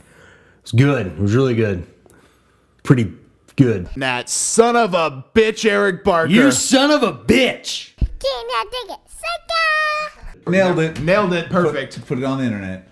S3: It's good. It was really good. Pretty good.
S8: That son of a bitch, Eric Barker.
S9: You son of a bitch.
S10: Can't dig it. Sucker!
S11: Nailed it.
S8: Nailed it. Perfect.
S11: Put it on the internet.